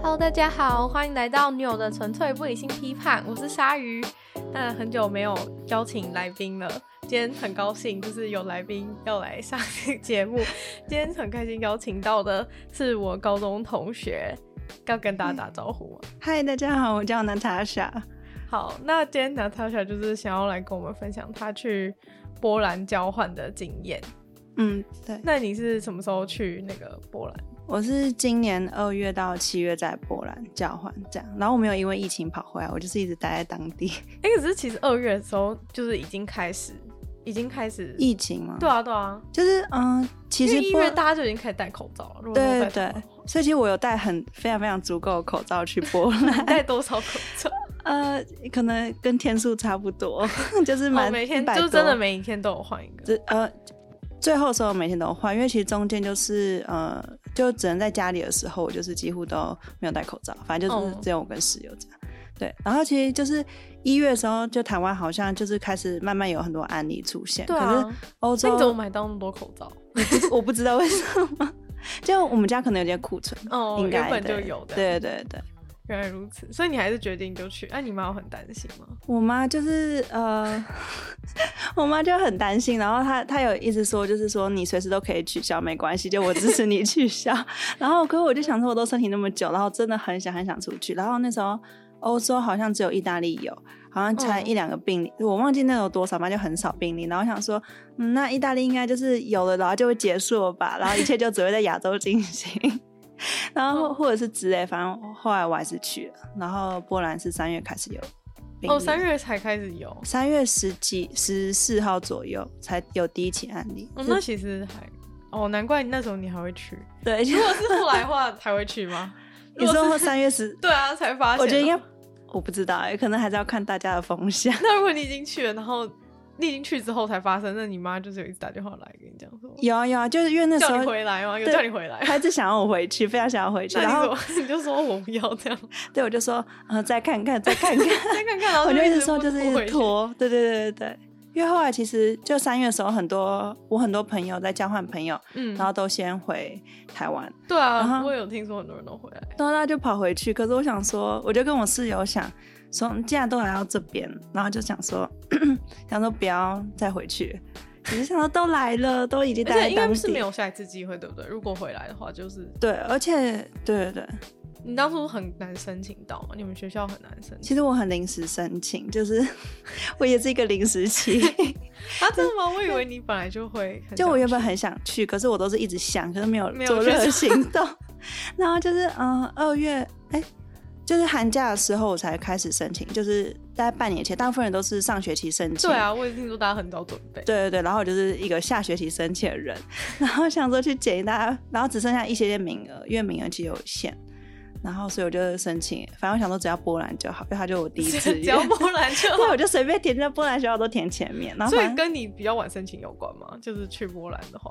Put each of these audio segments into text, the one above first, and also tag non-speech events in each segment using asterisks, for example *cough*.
Hello，大家好，欢迎来到女友的纯粹不理性批判，我是鲨鱼。那很久没有邀请来宾了，今天很高兴，就是有来宾要来上节目。 *laughs* 今天很开心邀请到的是我高中同学，要跟大家打招呼吗？嗨，大家好，我叫娜塔莎。好，那今天 Natasha 就是想要来跟我们分享她去波兰交换的经验。嗯，对，那你是什么时候去那个波兰？我是今年二月到七月在波兰交换这样，然后我没有因为疫情跑回来，我就是一直待在当地。 *laughs* 哎、可是其实二月的时候就是已经开始，已经开始疫情吗？对，啊，对啊，就是嗯、其因实为一波月大家就已经开始戴口罩了。如果没有对戴对对口罩，所以其实我有戴很非常非常足够的口罩去波兰你， *laughs* 戴多少口罩？呃，可能跟天数差不多， *laughs* 就是我 *laughs* 蛮、哦每天100就多真的每一天都有换一个。这呃，最后的时候每天都换，因为其实中间就是呃，就只能在家里的时候，我就是几乎都没有戴口罩，反正就是哦只有我跟室友这样。对，然后其实就是一月的时候，就台湾好像就是开始慢慢有很多案例出现，对可啊是，欧那洲你怎么买到那么多口罩？ *laughs* 我不知道为什么，就我们家可能有点库存，哦，应该原本就对有的。，对对对，原来如此。所以你还是决定就去？哎、你妈有很担心吗？我妈就是呃， *laughs* 我妈就很担心，然后她她有一直说，就是说你随时都可以取消，没关系，就我支持你取消。 *laughs* 然后可是我就想说，我都申请那么久，然后真的很想很想出去。然后那时候欧洲好像只有意大利有，好像才嗯一两个病例，我忘记那有多少，反正就很少病例。然后想说，嗯，那意大利应该就是有了，然后就会结束了吧，然后一切就只会在亚洲进行。 *laughs* 然嗯后或或者是之类，反正后来我还是去了。然后波兰是三月开始有病例，哦，三月才开始有。哦，三月十几十四号左右才有第一起案例。哦那其实还哦，难怪那时候你还会去。 *laughs* 对，就如果 *laughs* 是后来的话才会去吗？你如果说是三月十， *laughs* 对啊，才发现。 *laughs* 我觉得应该我不知道欸，可能还是要看大家的风向。那如果你已经去了，然后你已经去之后才发生，那你妈就是有一直打电话来跟你讲说，有啊有啊，就是因为那时叫你候回来吗？有对叫你回来吗？他一直想要我回去，非常想要回去，那然后你怎么你就说 *laughs* 我不要这样，对我就说，呃，再看看， *laughs* 再 *laughs* 看看。再看看，然后我就一直不说就是一不回去。直拖，对对对对对。因为后来其实就三月的时候，很多我很多朋友在交换朋友，嗯，然后都先回台湾，对然啊，后我有听说很多人都回来，然后他就跑回去。可是我想说，我就跟我室友想说，嗯既然都来到这边，然后就想说， *clears throat* 想说不要再回去，只是想说都来了，都已经而待且在应当该地，是没有下一次机会，对不对？如果回来的话，就是对，而且对对对，你当初很难申请到嘛，你们学校很难申请。其实我很临时申请，就是 *laughs* 我也是一个临时期。啊，真的吗？我以为你本来就会很想去，嗯就我原本很想去，可是我都是一直想，可是没有没有做去任何做行动。 *laughs* 然后就是嗯，二月哎、就是寒假的时候我才开始申请，就是大概半年前，大部分人都是上学期申请。对。啊，我也听说大家很早准备。对对对，然后我就是一个下学期申请的人， *laughs* 然后想说去检大家，然后只剩下一些些名额，因为名额其实有限，然后所以我就申请，反正我想说只要波兰就好，因为它就我第一志 *laughs* *laughs* 只要愿，波兰就好对，我就随便填，在波兰学校都填前面，然后所反以正跟你比较晚申请有关吗？就是去波兰的话，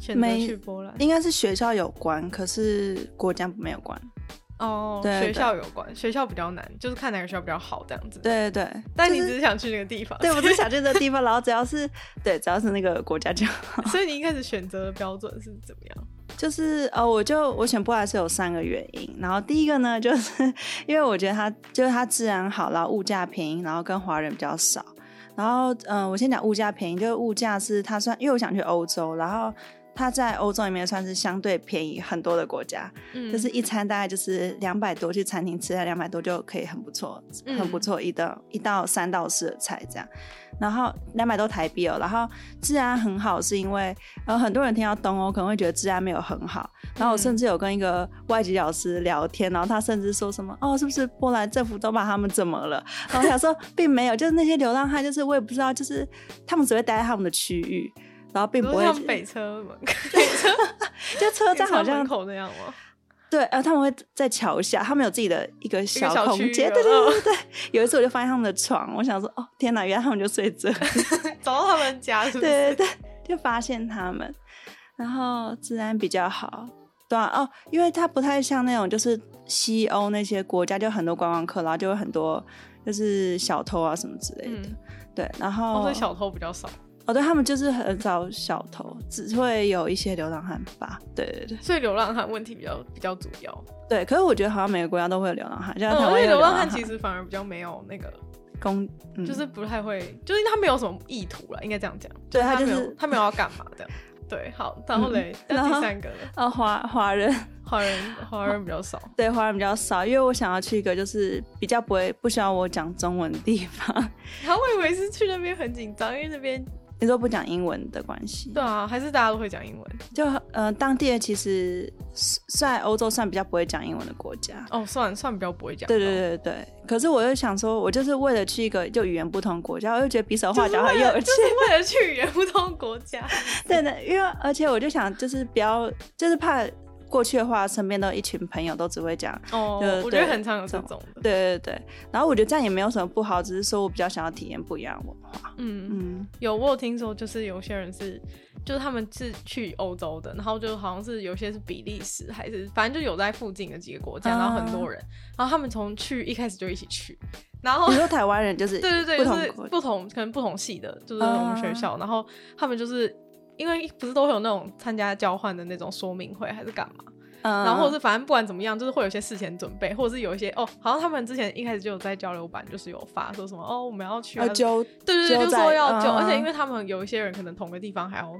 选择没去波兰应该是学校有关，可是国家没有关。哦，对学对校有关，学校比较难，就是看哪个学校比较好这样子。，对对对，但你就只是是想去那个地方，对我只想去这地 *laughs* 方，然后只要是对，只要是那个国家就好。所以你 *laughs* 一开始选择的标准是怎么样？就是呃，我就我选波兰是有三个原因，然后第一个呢，就是因为我觉得它就是它治安好，然后物价便宜，然后跟华人比较少。然后嗯、呃我先讲物价便宜，就是物价是它算，因为我想去欧洲，然后它在欧洲里面算是相对便宜很多的国家。嗯就是一餐大概就是两百多，去餐厅吃下两百多就可以很不错，嗯很不错一道一到三到四的菜这样，然后两百多台币哦，然后治安很好，是因为呃很多人听到东欧可能会觉得治安没有很好，然后我嗯甚至有跟一个外籍老师聊天，然后他甚至说什么哦是不是波兰政府都把他们怎么了？然后我想说并没有，就是那些流浪汉，就是我也不知道，就是他们只会待在他们的区域。然后并比如不说会，像北车门、北车就车站好北车像门口那样吗？对，呃，他们会在桥下，他们有自己的一个小小空区间。域对对嗯对对对，有一次我就发现他们的床，我想说，哦，天哪，原来他们就睡 *laughs* 这。找到他们家是不是？对对对，就发现他们，然后治安比较好，对啊，哦，因为它不太像那种就是西欧那些国家，就很多观光客，然后就有很多就是小偷啊什么之类的。嗯哦对，然后、哦，所以小偷比较少。哦，对他们就是很找小头，只会有一些流浪汉吧。对对对所以流浪汉问题比较比较主要。对，可是我觉得好像每个国家都会有流浪汉，像嗯，台而湾且也有流浪汉汉其实反而比较没有那个，公、嗯、就是不太会，就是他没有什么意图了，应该这样讲。对他他就没有是他没有要干嘛的。对，好，然后嘞，嗯那然第后三个呢？呃华华人，华人华人比较少。 *laughs* 对华人比较少，因为我想要去一个就是比较不会不需要我讲中文的地方， *laughs* 然后我以为是去那边很紧张，因为那边你说不讲英文的关系，对啊，还是大家都会讲英文。就呃当地人其实是在欧洲算比较不会讲英文的国家。哦，算算比较不会讲。对对。对对对，可是我又想说，我就是为了去一个就语言不同国家，我又觉得比手画就是脚很为有了趣就。是为了去语言不通国 *laughs* 家，对的，因为而且我就想，就是不要，就是怕过去的话，身边都一群朋友都只会讲，哦对，我觉得对很常有这这种的，对对对。然后我觉得这样也没有什么不好，只是说我比较想要体验不一样的文化。嗯，嗯，有我有听说，就是有些人是，就是他们是去欧洲的，然后就好像是有些是比利时，还是反正就有在附近的几个国家，啊然后很多人，然后他们从去一开始就一起去，然后你说台湾人就是对对对，嗯不就同是国家啊不同可能不同系的，就是我们学校，然后他们就是因为不是都会有那种参加交换的那种说明会还是干嘛，嗯然后或者是反正不管怎么样，就是会有一些事前准备，或者是有一些哦，好像他们之前一开始就有在交流版，就是有发说什么哦，我们要去啊、呃就对对对，就就在说要嗯就，而且因为他们有一些人可能同个地方还要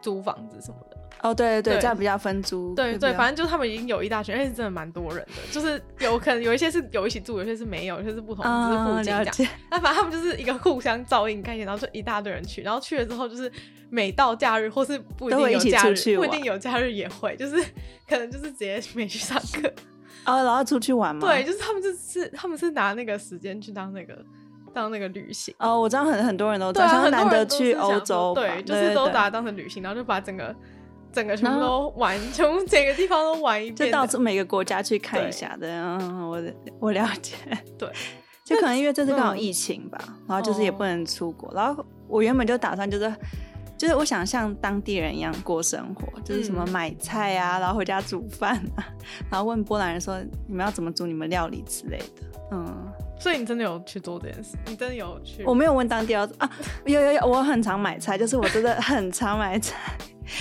租房子什么的，哦对对对对，这样比较分租，对对对，不，反正就是他们已经有一大群，而且真的蛮多人的，就是有可能有一些是有一起住，有些是没有，有些是不同，只是附嗯近这了样。解，那反正他们就是一个互相照应概念，然后就一大堆人去，然后去了之后就是每到假日或是不一都定会有一起假出去日，不一玩定有假日也会，就是可能就是直接没去上课。哦，然后出去玩嘛，对，。就是他们就是他们是拿那个时间去当那个当那个旅行。哦，我知道很很多人都这对样，啊，像很难多得人都是去想说欧洲吧，对，就是都对把它当成旅行，然后就把整个整个全部然都玩， *laughs* 全部整个地方都玩一就遍的。到处每个国家去看对一下的。嗯，我我了解。对，就可能因为这次刚好嗯疫情吧，然后就是也哦不能出国，然后我原本就打算就是。就是我想像当地人一样过生活，就是什么嗯买菜啊，然后回家煮饭啊，然后问波兰人说你们要怎么煮你们料理之类的。嗯，所以你真的有去做这件事，你真的有去。我没有问当地要啊，有有有，我很常买菜，就是我 *laughs* 真的很常买菜。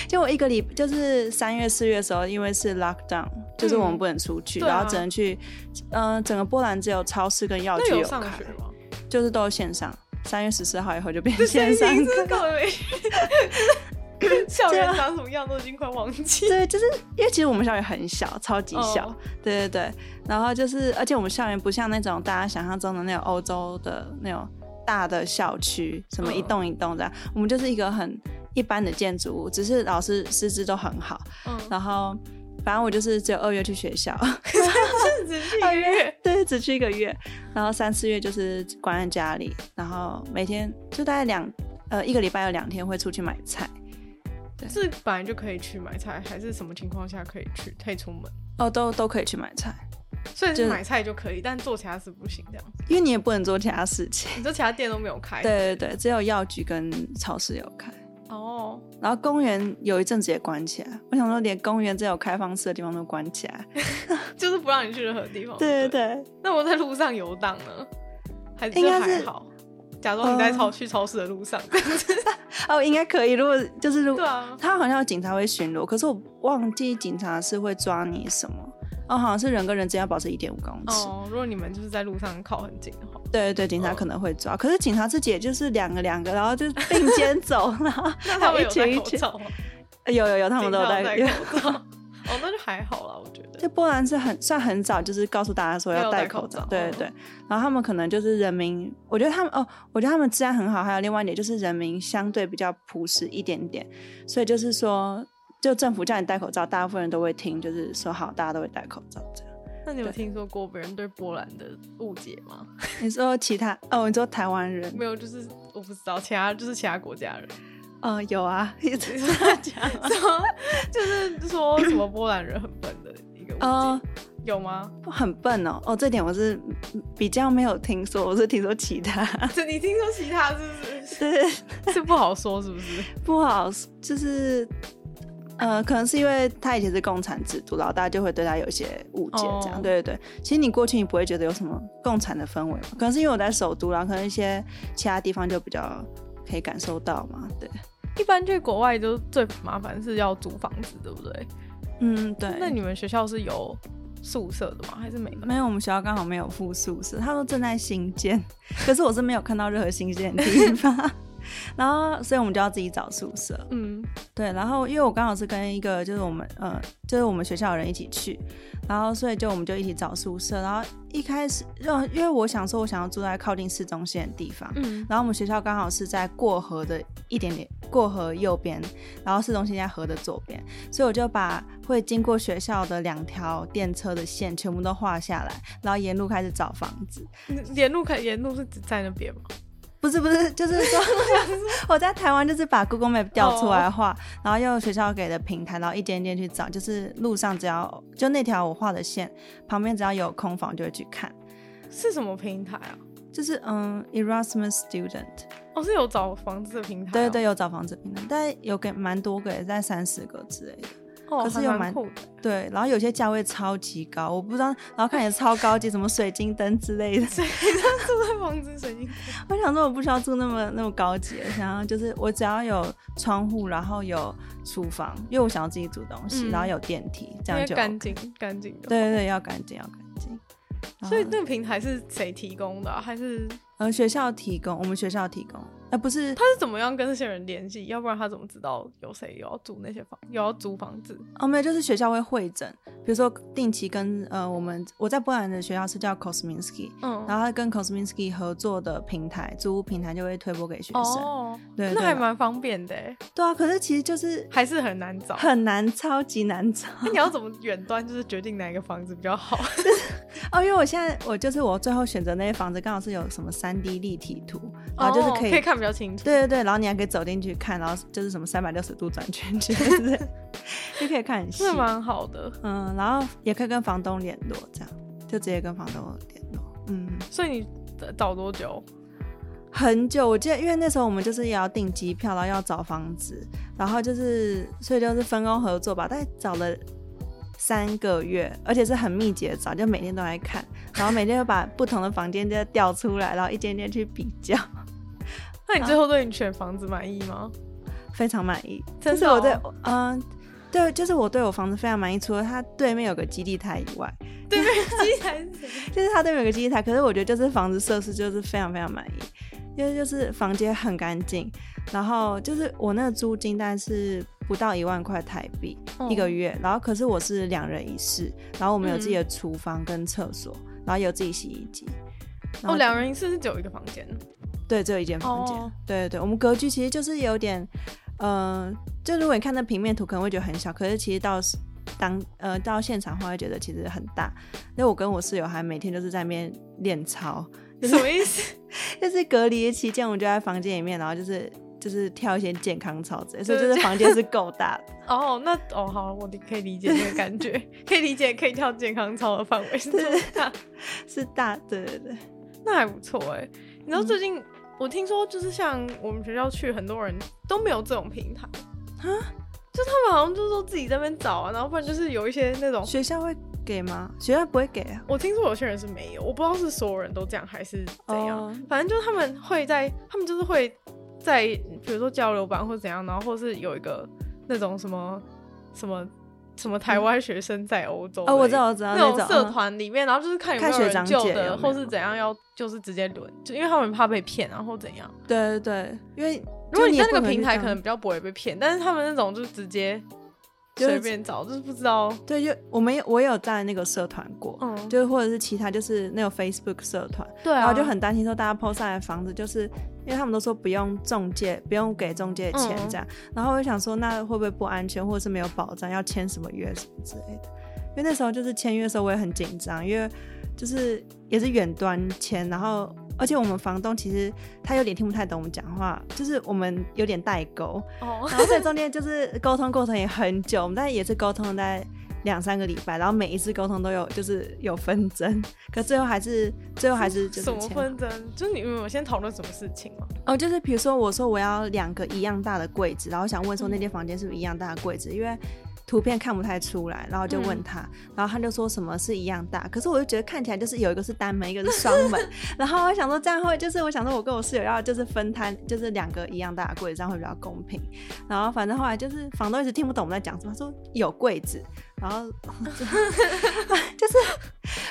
就我一个礼，就是三月四月的时候，因为是 lockdown，就是我们不能出去，对啊然后只能去，嗯、整个波兰只有超市跟药那局有上开，学吗？就是都是线上。三月十四号以后就变这线上 *laughs* 真课啊是，搞没，校园长什么样都已经快忘记。对，就是因为其实我们校园很小，超级小，哦对对对。然后就是，而且我们校园不像那种大家想象中的那种欧洲的那种大的校区，什么嗯一栋一栋这样，我们就是一个很一般的建筑物，只是老师师资都很好。嗯，然后反正我就是只有二月去学校，甚至是一个月 *laughs* 对，只去一个月。然后三四月就是关在家里，然后每天就大概两呃一个礼拜有两天会出去买菜。是本来就可以去买菜，还是什么情况下可以去可以出门？哦，都都可以去买菜，虽然就是是买菜就可以，但做其他事不行。这样，因为你也不能做其他事情。你说其他店都没有开。对对对，只有药局跟超市有开，哦，然后公园有一阵子也关起来。我想说，连公园这有开放式的地方都关起来。就是不让你去任何地方。不哦对对对。对，那我在路上游荡呢，还是应就该还是好？假装你在超嗯去超市的路上。 *laughs* 哦，应该可以。如果就是如对果啊，他好像有警察会巡逻，可是我忘记警察是会抓你什么。哦，好像是人跟人之间要保持一点五公尺。哦，如果你们就是在路上靠很近的话，对对对，警察可能会抓，可是警察自己也就是两个两个，然后就并肩 *laughs* 走，然后那他们有还戴一群口一群罩吗？有有有，他们警都有察戴有有戴口罩。 *laughs* 哦，那就还好啦，我觉得。就波兰是很算很早，就是告诉大家说要戴戴口罩对嗯对对。然后他们可能就是人民，我觉得他们哦，我觉得他们治安很好。还有另外一点就是人民相对比较朴实一点点，所以就是说，就政府叫你戴口罩，大部分人都会听，就是说好，大家都会戴口罩 *laughs* 这样。那你有对听说过别人对波兰的误解吗？你说其他哦，你说台湾人没有，就是我不知道，其他就是其他国家人，哦，有啊， *laughs* 一直是在讲啊 *laughs* 什么就是说什么波兰人很笨的一个误解，哦有吗？很笨哦，哦，这点我是比较没有听说，我是听说其他，这你听说其他是不是？对。是不好说，是不是？不好，就是呃，可能是因为他以前是共产制度，然后大家就会对他有一些误解，这样、哦对对对。其实你过去你不会觉得有什么共产的氛围嘛，可能是因为我在首都，然后可能一些其他地方就比较。可以感受到嘛。对，一般去国外就最麻烦是要租房子，对不对？嗯，对。那你们学校是有宿舍的吗？还是没有？没有，我们学校刚好没有附宿舍，他说正在新 *laughs* 建，可是我是没有看到任何新建的地方， *laughs* 然后所以我们就要自己找宿舍。嗯，对，然后因为我刚好是跟一个就是我们呃就是我们学校的人一起去，然后所以就我们就一起找宿舍，然后一开始让因为我想说我想要住在靠近市中心的地方，嗯，然后我们学校刚好是在过河的一点点，过河右边，然后市中心在河的左边，所以我就把会经过学校的两条电车的线全部都画下来，然后沿路开始找房子。沿路看沿路是只在那边吗？不是不是，就是说 *laughs* 我在台湾就是把 Google Map 调出来画然后用学校给的平台，然后一间一间去找，就是路上只要就那条我画的线旁边只要有空房就会去看，是什么平台啊？就是嗯 Erasmus Student。哦，是有找房子的平台、啊对对，，有找房子平台，但有给蛮多个，在三十个之类的。哦，可是有还蛮蛮酷的。 *laughs* 对，然后有些价位超级高，我不知道，然后看起来超高级，什么水晶灯之类的。谁让住在房子神经病？我想说，我不需要住那么那么高级的，想要就是我只要有窗户，然后有厨房，因为我想要自己煮东西，嗯然后有电梯，这因样为就干净干净的。对啊对对，要干净要干净。然所以后那个平台是谁提供的啊、还是他呃，学校提供，我们学校提供，呃，不是，是怎么样跟那些人联系？要不然他怎么知道有谁有要住那些房，有要租房子？哦，没有，就是学校会会诊，比如说定期跟呃我们我在波兰的学校是叫 Kosminski，嗯，然后他跟 Kosminski 合作的平台，租屋平台就会推播给学生。哦，对对那还啦蛮方便的欸，对啊，可是其实就是还是很难 *laughs* 找。很难，超级难找那你要怎么远端就是决定哪一个房子比较 *laughs* 好？哦。因为我现在我就是我最后选择那些房子，刚好是有什么三 D 立体图，然后啊就是哦可以。可以看比较清楚。对对对，然后你还可以走进去看，然后就是什么三百六十度转圈圈之类的， *laughs* 就可以看很细。是？蛮好的，嗯，然后也可以跟房东联络，这样就直接跟房东联络。嗯，所以你呃找多久？很久，我记得，因为那时候我们就是也要订机票，然后要找房子，然后就是所以就是分工合作吧，大概找了三个月，而且是很密集的找，就每天都来看，然后每天就把不同的房间就调出来，然后一间间去比较， *laughs* 那啊你最后对你选房子满意吗？非常满意。真的就是我对哦，嗯、对，就是我对我房子非常满意，除了它对面有个基地台以外，对面 *laughs* 机台是谁？就是它对面有个基地台，可是我觉得就是房子设施就是非常非常满意，因为就是房间很干净，然后就是我那个租金大概是不到一万块台币、一个月月，然后可是我是两人一室，然后我们有自己的厨房跟厕所，然后有自己洗衣机。然哦，后两人一室是只有一个房 *laughs* 间，对，只有一间房间。哦对对对，我们格局其实就是有点，嗯、就如果你看那平面图，可能会觉得很小，可是其实到时当呃到现场的话，会觉得其实很大。那我跟我室友还每天就是在那边练操，什么意思？就是隔离期间，我们就在房间里面，然后就是就是跳一些健康操之类，所以对就是房间是够大的。哦，那哦好，我理可以理解那个感觉， *laughs* 可以理解可以跳健康操的范围是这么大，是大，对对对，那还不错哎。你知道最近、我听说，就是像我们学校去，很多人都没有这种平台啊，就他们好像就是说自己在那边找啊，然后不然就是有一些那种，学校会给吗？学校不会给啊。我听说有些人是没有，我不知道是所有人都这样还是怎样，哦反正就是他们会在，他们就是会在，比如说交流版或怎样，然后或是有一个那种什么什么什么台湾学生在欧洲、哦，我知道，。我知道那那种种社嗯团里面，然后就是看有没看有学人长救姐有的，没或有是怎样要，就是直接轮，就因为他们怕被骗嗯啊，或怎样。对对对，因为如果就你也在那不个平去台，当可能比较不会被骗，但是他们那种就是直接就是随便找，就是不知道，对，就我们也我也有在那个社团过，嗯，就或者是其他就是那种 Facebook 社团，对啊，然后就很担心说大家 PO 上来的房子，就是因为他们都说不用中介，不用给中介钱嗯这样，然后我就想说那会不会不安全，或者是没有保障，要签什么约什么之类的。因为那时候就是签约的时候我也很紧张，因为就是也是远端签，然后而且我们房东其实他有点听不太懂我们讲话，就是我们有点代沟，哦，然后所以中间就是沟通过程也很久，我们大概也是沟通了大概两三个礼拜，然后每一次沟通都有就是有纷争，可最后还是最后还是 *laughs* 就是什么签纷争？就是你们有先讨论什么事情吗？哦，就是比如说我说我要两个一样大的柜子，然后想问说那间房间是不是一样大的柜子，因为。图片看不太出来，然后就问他，然后他就说什么是一样大，可是我就觉得看起来就是有一个是单门，一个是双门，然后我想说这样会就是我想说我跟我室友要就是分摊，就是两个一样大的柜子，这样会比较公平。然后反正后来就是房东一直听不懂我们在讲什么，他说有柜子，然后就是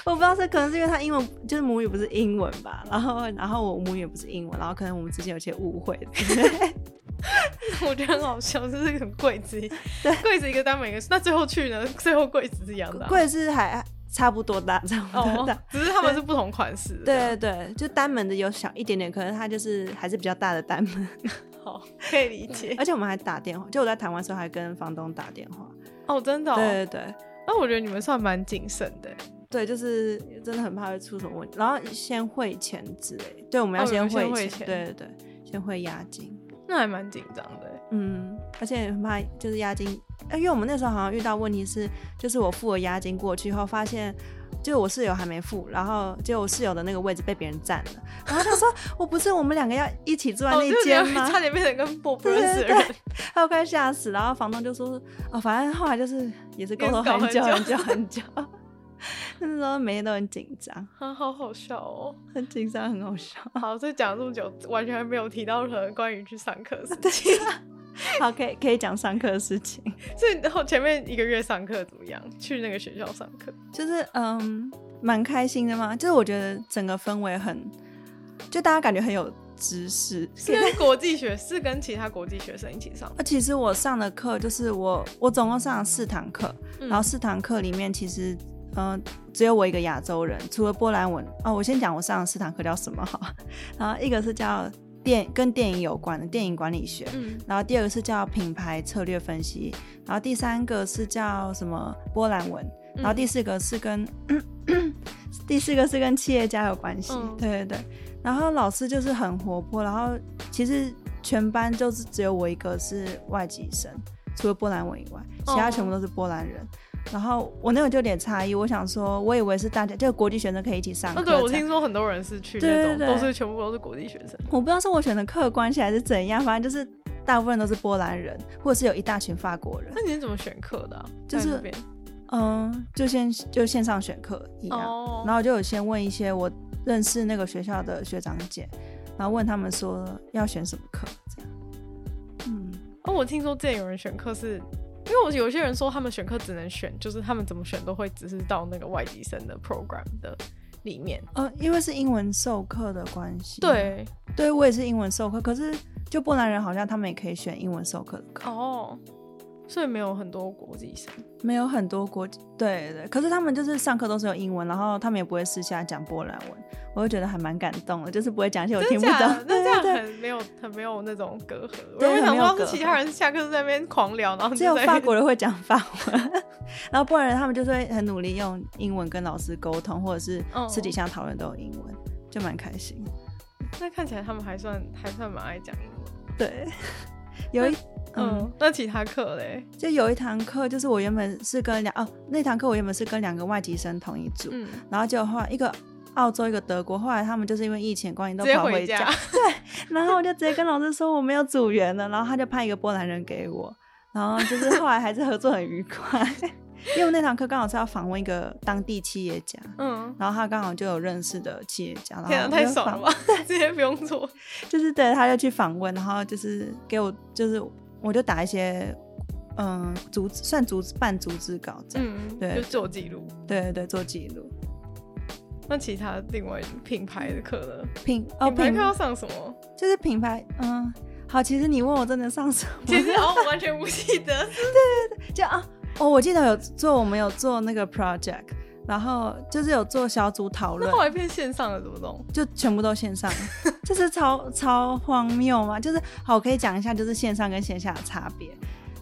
我不知道是可能是因为他英文就是母语不是英文吧，然后然后我母语也不是英文，然后可能我们之间有些误会。我觉得很好笑，就是很柜子， *laughs* 柜子一个单门一个，那最后去呢？最后柜子是一样的啊、柜子还差不多大，差不多大。哦，啊只是他们是不同款式。啊对对对，就单门的有小一点点，可能它就是还是比较大的单门。好，可以理解。而且我们还打电话，就我在台湾的时候还跟房东打电话。哦，真的、哦。对对对那我觉得你们算蛮谨慎的欸。对，就是真的很怕会出什么问题，然后先汇钱之类。对，我们哦要你先们先汇汇钱钱。对对对，先汇押金。那还蛮紧张的欸。嗯，而且很怕就是押金，呃因为我们那时候好像遇到问题是，就是我付了押金过去后，发现就我室友还没付，然后结果我室友的那个位置被别人占了，然后他说我不是我们两个要一起住在哦，那间就是吗？差点变成跟我不认识的对对人。他快吓死，然后房东就说哦，反正后来就是也是沟通也是搞哦很久很很久久很久， *laughs* 那时候每天都很紧张， *laughs* 啊，好好笑哦！很紧张，很好笑。好，这讲了这么久，完全没有提到任何关于去上课的事情。 *laughs* 好，可以可以讲上课的事情。所以，然后前面一个月上课怎么样？去那个学校上课，就是嗯，蛮开心的嘛。就是我觉得整个氛围很，就大家感觉很有知识。是跟国际学，是跟其他国际学生一起上。那其实我上的课就是我，我总共上了四堂课，嗯然后四堂课里面其实。嗯、只有我一个亚洲人，除了波兰文哦，我先讲我上的四堂课叫什么好， *laughs* 然后一个是叫电跟电影有关的电影管理学，嗯，然后第二个是叫品牌策略分析，然后第三个是叫什么波兰文，然嗯后第四个是跟、第四个是跟企业家有关系，嗯对对对。然后老师就是很活泼，然后其实全班就是只有我一个是外籍生，除了波兰文以外，其他哦全部都是波兰人。然后我那个就有点诧异，我想说，我以为是大家就国际学生可以一起上课哦，这样，对，我听说很多人是去对那种，对都对是全部都是国际学生。我不知道是我选的课的关系还是怎样，反正就是大部分都是波兰人，或者是有一大群法国人那。你是怎么选课的啊？就是在那边嗯，就先就线上选课一样，哦啊然后就有先问一些我认识那个学校的学长姐，然后问他们说要选什么课，这样。嗯，哦，我听说之前有人选课是，因为我有些人说他们选课只能选，就是他们怎么选都会只是到那个外籍生的 program 的里面。呃，因为是英文授课的关系，，对，对我也是英文授课，可是就波兰人好像他们也可以选英文授课的课，哦，所以没有很多国际生。没有很多国际，对对，可是他们就是上课都是有英文，然后他们也不会私下讲波兰文，我就觉得还蛮感动的，就是不会讲一些我真听不假懂的，对那这对样对。很没有很没有那种隔阂。我对原本想很没有说隔是其他人下课是在那边狂聊，然后你 *laughs* 只有就在那法边国人会讲法 *laughs* 文，然后波兰人他们就是会很努力用英文跟老师沟通，或者是嗯私底下讨论都有英文，就蛮开心。 *laughs* 那看起来他们还算还算蛮爱讲英文。 *laughs* 对，有一嗯，嗯，那其他课嘞？就有一堂课，就是我原本是跟两哦，那堂课我原本是跟两个外籍生同一组，嗯，然后结果后来一个澳洲一个德国，后来他们就是因为疫情关系都直接跑回家 *laughs* 家，然后我就直接跟老师说我没有组员了，然后他就派一个波兰人给我，然后就是后来还是合作很愉快，因为我那堂课刚好是要访问一个当地企业家，嗯，然后他刚好就有认识的企业家，然后天啊，我太就爽访了吧！直接不用做。 *laughs* 就是对，他就去访问，然后就是给我就是我就打一些嗯逐算逐半逐字稿这样，嗯，对就做记录。对对对，做记录那其他另外品牌的课呢？品哦品牌品课要上什么？ *laughs* 就是品牌嗯。好，其实你问我真的上什么？其实哦，我完全不记得。 *laughs* 就啊，哦，我记得有做，我们有做那个 project，然后就是有做小组讨论那，后来变线上了，怎么弄？就全部都 *laughs* 线上，就是超超荒谬嘛。就是好，我可以讲一下，就是线上跟线下的差别。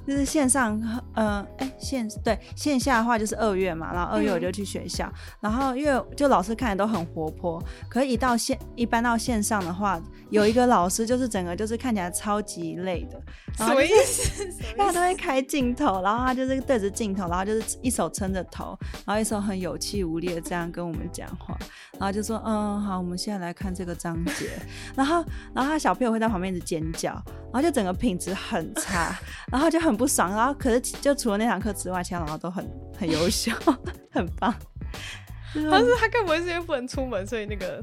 就是线上，呃，哎、线对线下的话就是二月嘛，然后二月嗯我就去学校，然后因为就老师看起来都很活泼，可是一到线一般到线上的话，有一个老师就是整个就是看起来超级累的，什然后么就意是思？什大么家意思？都会开镜头，然后他就是对着镜头，然后就是一手撑着头，然后一手很有气无力的这样跟我们讲话，然后就说：“嗯，好，我们现在来看这个章节。”然后，然后他小朋友会在旁边一直尖叫，然后就整个品质很差，然后就很不爽。然后可是就除了那堂课之外，其他老师都很很优秀， *laughs* 很棒。就是但是他该不会是因为不能出门，所以那个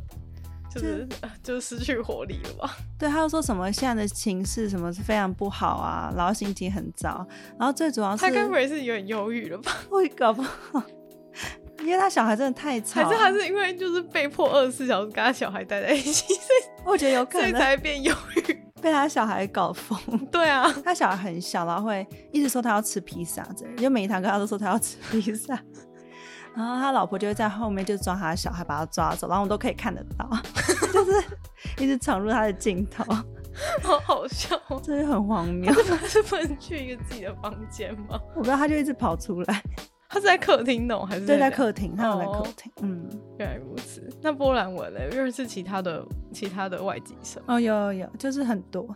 就是呃就是失去活力了吧？对，他又说什么现在的情势什么是非常不好啊，然后心情很糟，然后最主要是他该不会是有点忧郁了吧？会搞不好， *laughs* 因为他小孩真的太吵还了，是他是因为就是被迫二十四小时跟他小孩待在一起，所以我觉得有可所以能才变忧郁？被他小孩搞疯。 *laughs* 对啊，他小孩很小，然后会一直说他要吃披萨之类的，就每一堂课他都说他要吃披萨， *laughs* 然后他老婆就会在后面就抓他的小孩，把他抓走，然后我们都可以看得到， *laughs* 就是一直闯入他的镜头，好好笑哦。真的很荒谬。他是不能去一个自己的房间吗？我不知道他就一直跑出来，他是在客厅弄还是对，在在客厅，他有在客哦厅，嗯，原来如此。那波兰文呢？又是其他的其他的外籍生，啊哦，有有有，就是很多。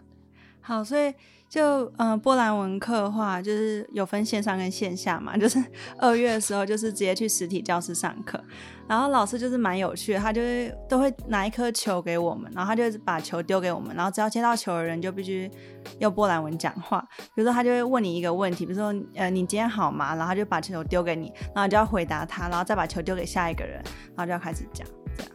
好，所以就嗯、呃波兰文课的话，就是有分线上跟线下嘛。 *laughs* 就是二月的时候，就是直接去实体教室上课，然后老师就是蛮有趣的，他就是都会拿一颗球给我们，然后他就把球丢给我们，然后只要接到球的人就必须用波兰文讲话。比如说，他就会问你一个问题，比如说呃你今天好吗？然后他就把球丢给你，然后你就要回答他，然后再把球丢给下一个人，然后就要开始讲。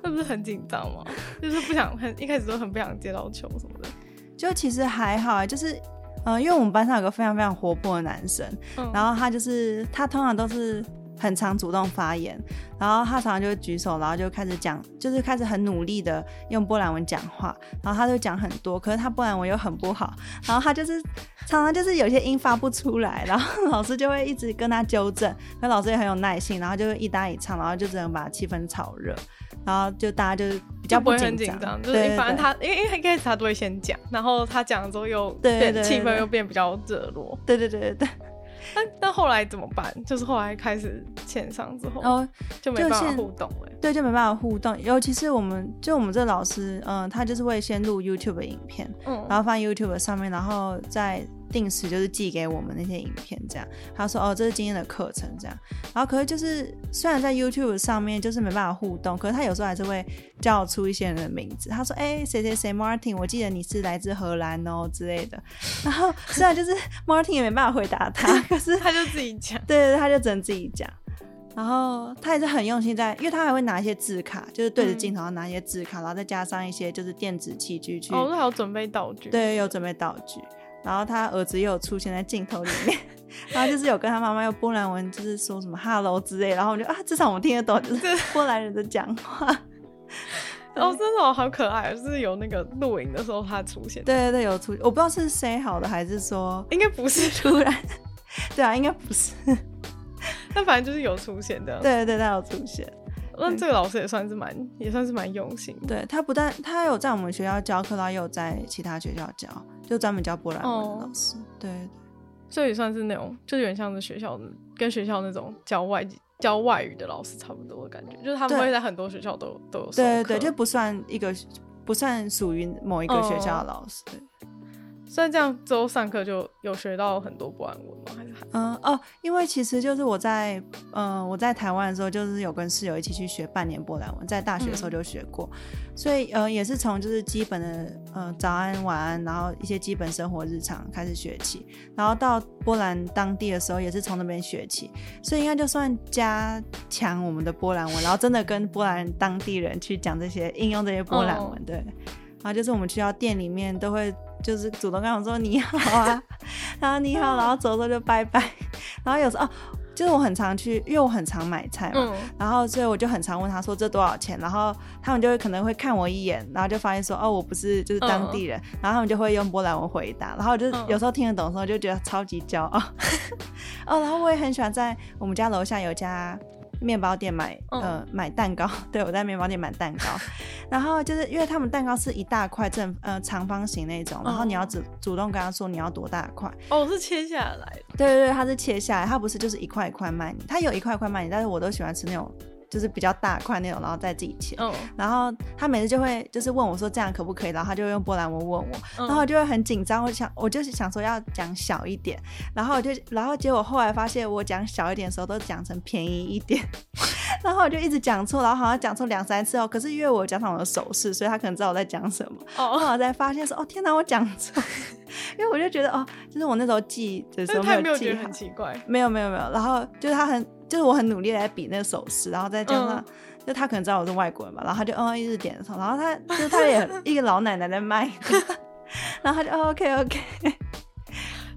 那不是很紧张 *laughs* 吗？就是不想很一开始都很不想接到球什么的。就其实还好啊，就是。嗯、因为我们班上有个非常非常活泼的男生，嗯然后他就是他通常都是很常主动发言，然后他常常就会举手，然后就开始讲，就是开始很努力的用波兰文讲话，然后他就讲很多，可是他波兰文又很不好，然后他就是常常就是有些音发不出来，然后老师就会一直跟他纠正，那老师也很有耐心，然后就会一搭一唱，然后就只能把气氛炒热，然后就大家就比较就不会很紧紧张，就是对对反正对他，因为因为一开始他都会先讲，然后他讲了之后又对对变对气对氛又变比较热络。对对对对对，那那后来怎么办？就是后来开始线上之后，然后就没办哦就法现互动了。对，就没办法互动。尤其是我们，就我们这个老师，嗯、他就是会先录 YouTube 的影片，嗯，然后放 YouTube 上面，然后再定时就是寄给我们那些影片，这样。他说：“哦，这是今天的课程，这样。”然后可是就是虽然在 YouTube 上面就是没办法互动，可是他有时候还是会叫出一些人的名字。他说：“哎、谁谁谁，Martin，我记得你是来自荷兰哦之类的。”然后虽然就是 *laughs* Martin 也没办法回答他，可是他就自己讲，对对，对他就只能自己讲。然后他也是很用心在，因为他还会拿一些字卡，就是对着嗯镜头拿一些字卡，然后再加上一些就是电子器具去，哦，那还有准备道具，，对，有准备道具。然后他儿子也有出现在镜头里面，然后就是有跟他妈妈用波兰文就是说什么 “hello” 之类，然后我就啊，至少我听得懂，就是波兰人的讲话。哦，真的哦好可爱哦，就是有那个录影的时候他出现，， *laughs* 对对对，有出，我不知道是 say 好的还是说应该不是 *laughs* 突然，对啊，应该不是， *laughs* 但反正就是有出现的。， *laughs* 对对对，他有出现。那这个老师也算是蛮，也算是蛮用心的。对他不但他有在我们学校教课，然后也有在其他学校教，就专门教波兰文的老师。对所以算是那种，就有点像是学校跟学校那种教外教外语的老师差不多的感觉，就是他们对会在很多学校都有都有授对课对，就不算一个不算属于某一个学校的老师。对虽然这样之后上课就有学到很多不安文吗？还是还嗯哦，因为其实就是我在嗯、我在台湾的时候，就是有跟室友一起去学半年波兰文，在大学的时候就学过，所以呃也是从就是基本的呃早安晚安，然后一些基本生活日常开始学起，然后到波兰当地的时候也是从那边学起，所以应该就算加强我们的波兰文，然后真的跟波兰当地人去讲这些应用这些波兰文，哦对，然后就是我们去到店里面都会就是主动跟我说你好啊。然后你嗯好，然后走走就拜 *laughs* 拜。然后有时候哦，就是我很常去，因为我很常买菜嘛，嗯，然后所以我就很常问他说这多少钱，然后他们就会可能会看我一眼，然后就发现说哦我不是就是当地人，然后他们就会用波兰文回答，然后我就嗯有时候听得懂的时候就觉得超级骄傲。 *laughs* 哦，然后我也很喜欢在我们家楼下有一家。面包店买嗯呃买蛋糕， *laughs* 对我在面包店买蛋糕， *laughs* 然后就是因为他们蛋糕是一大块正呃长方形那种，然后你嗯要主主动跟他说你要多大块，哦，是切下来的，对对对，它是切下来，它不是就是一块一块卖你，它有一块一块卖你，但是我都喜欢吃那种就是比较大块那种，然后再自己切。嗯，然后他每次就会就是问我说这样可不可以，然后他就会用波兰文问我，嗯然后我就会很紧张，我想我就是想说要讲小一点，然后我就然后结果后来发现我讲小一点的时候都讲成便宜一点， *laughs* 然后我就一直讲错，然后好像讲错两三次哦，可是因为我有加上我的手势，所以他可能知道我在讲什么，然哦，后我才发现说哦天哪，我讲错， *laughs* 因为我就觉得哦，就是我那时候记的时但候是他也没有记觉得好很奇怪，没有没有没有，然后就是他很，就是我很努力地来比那个手势，然后再加上、嗯就他可能知道我是外国人吧，然后他就嗯一直点头，然后他就是他也 *laughs* 一个老奶奶在卖， *laughs* 然后他就、哦、OK OK，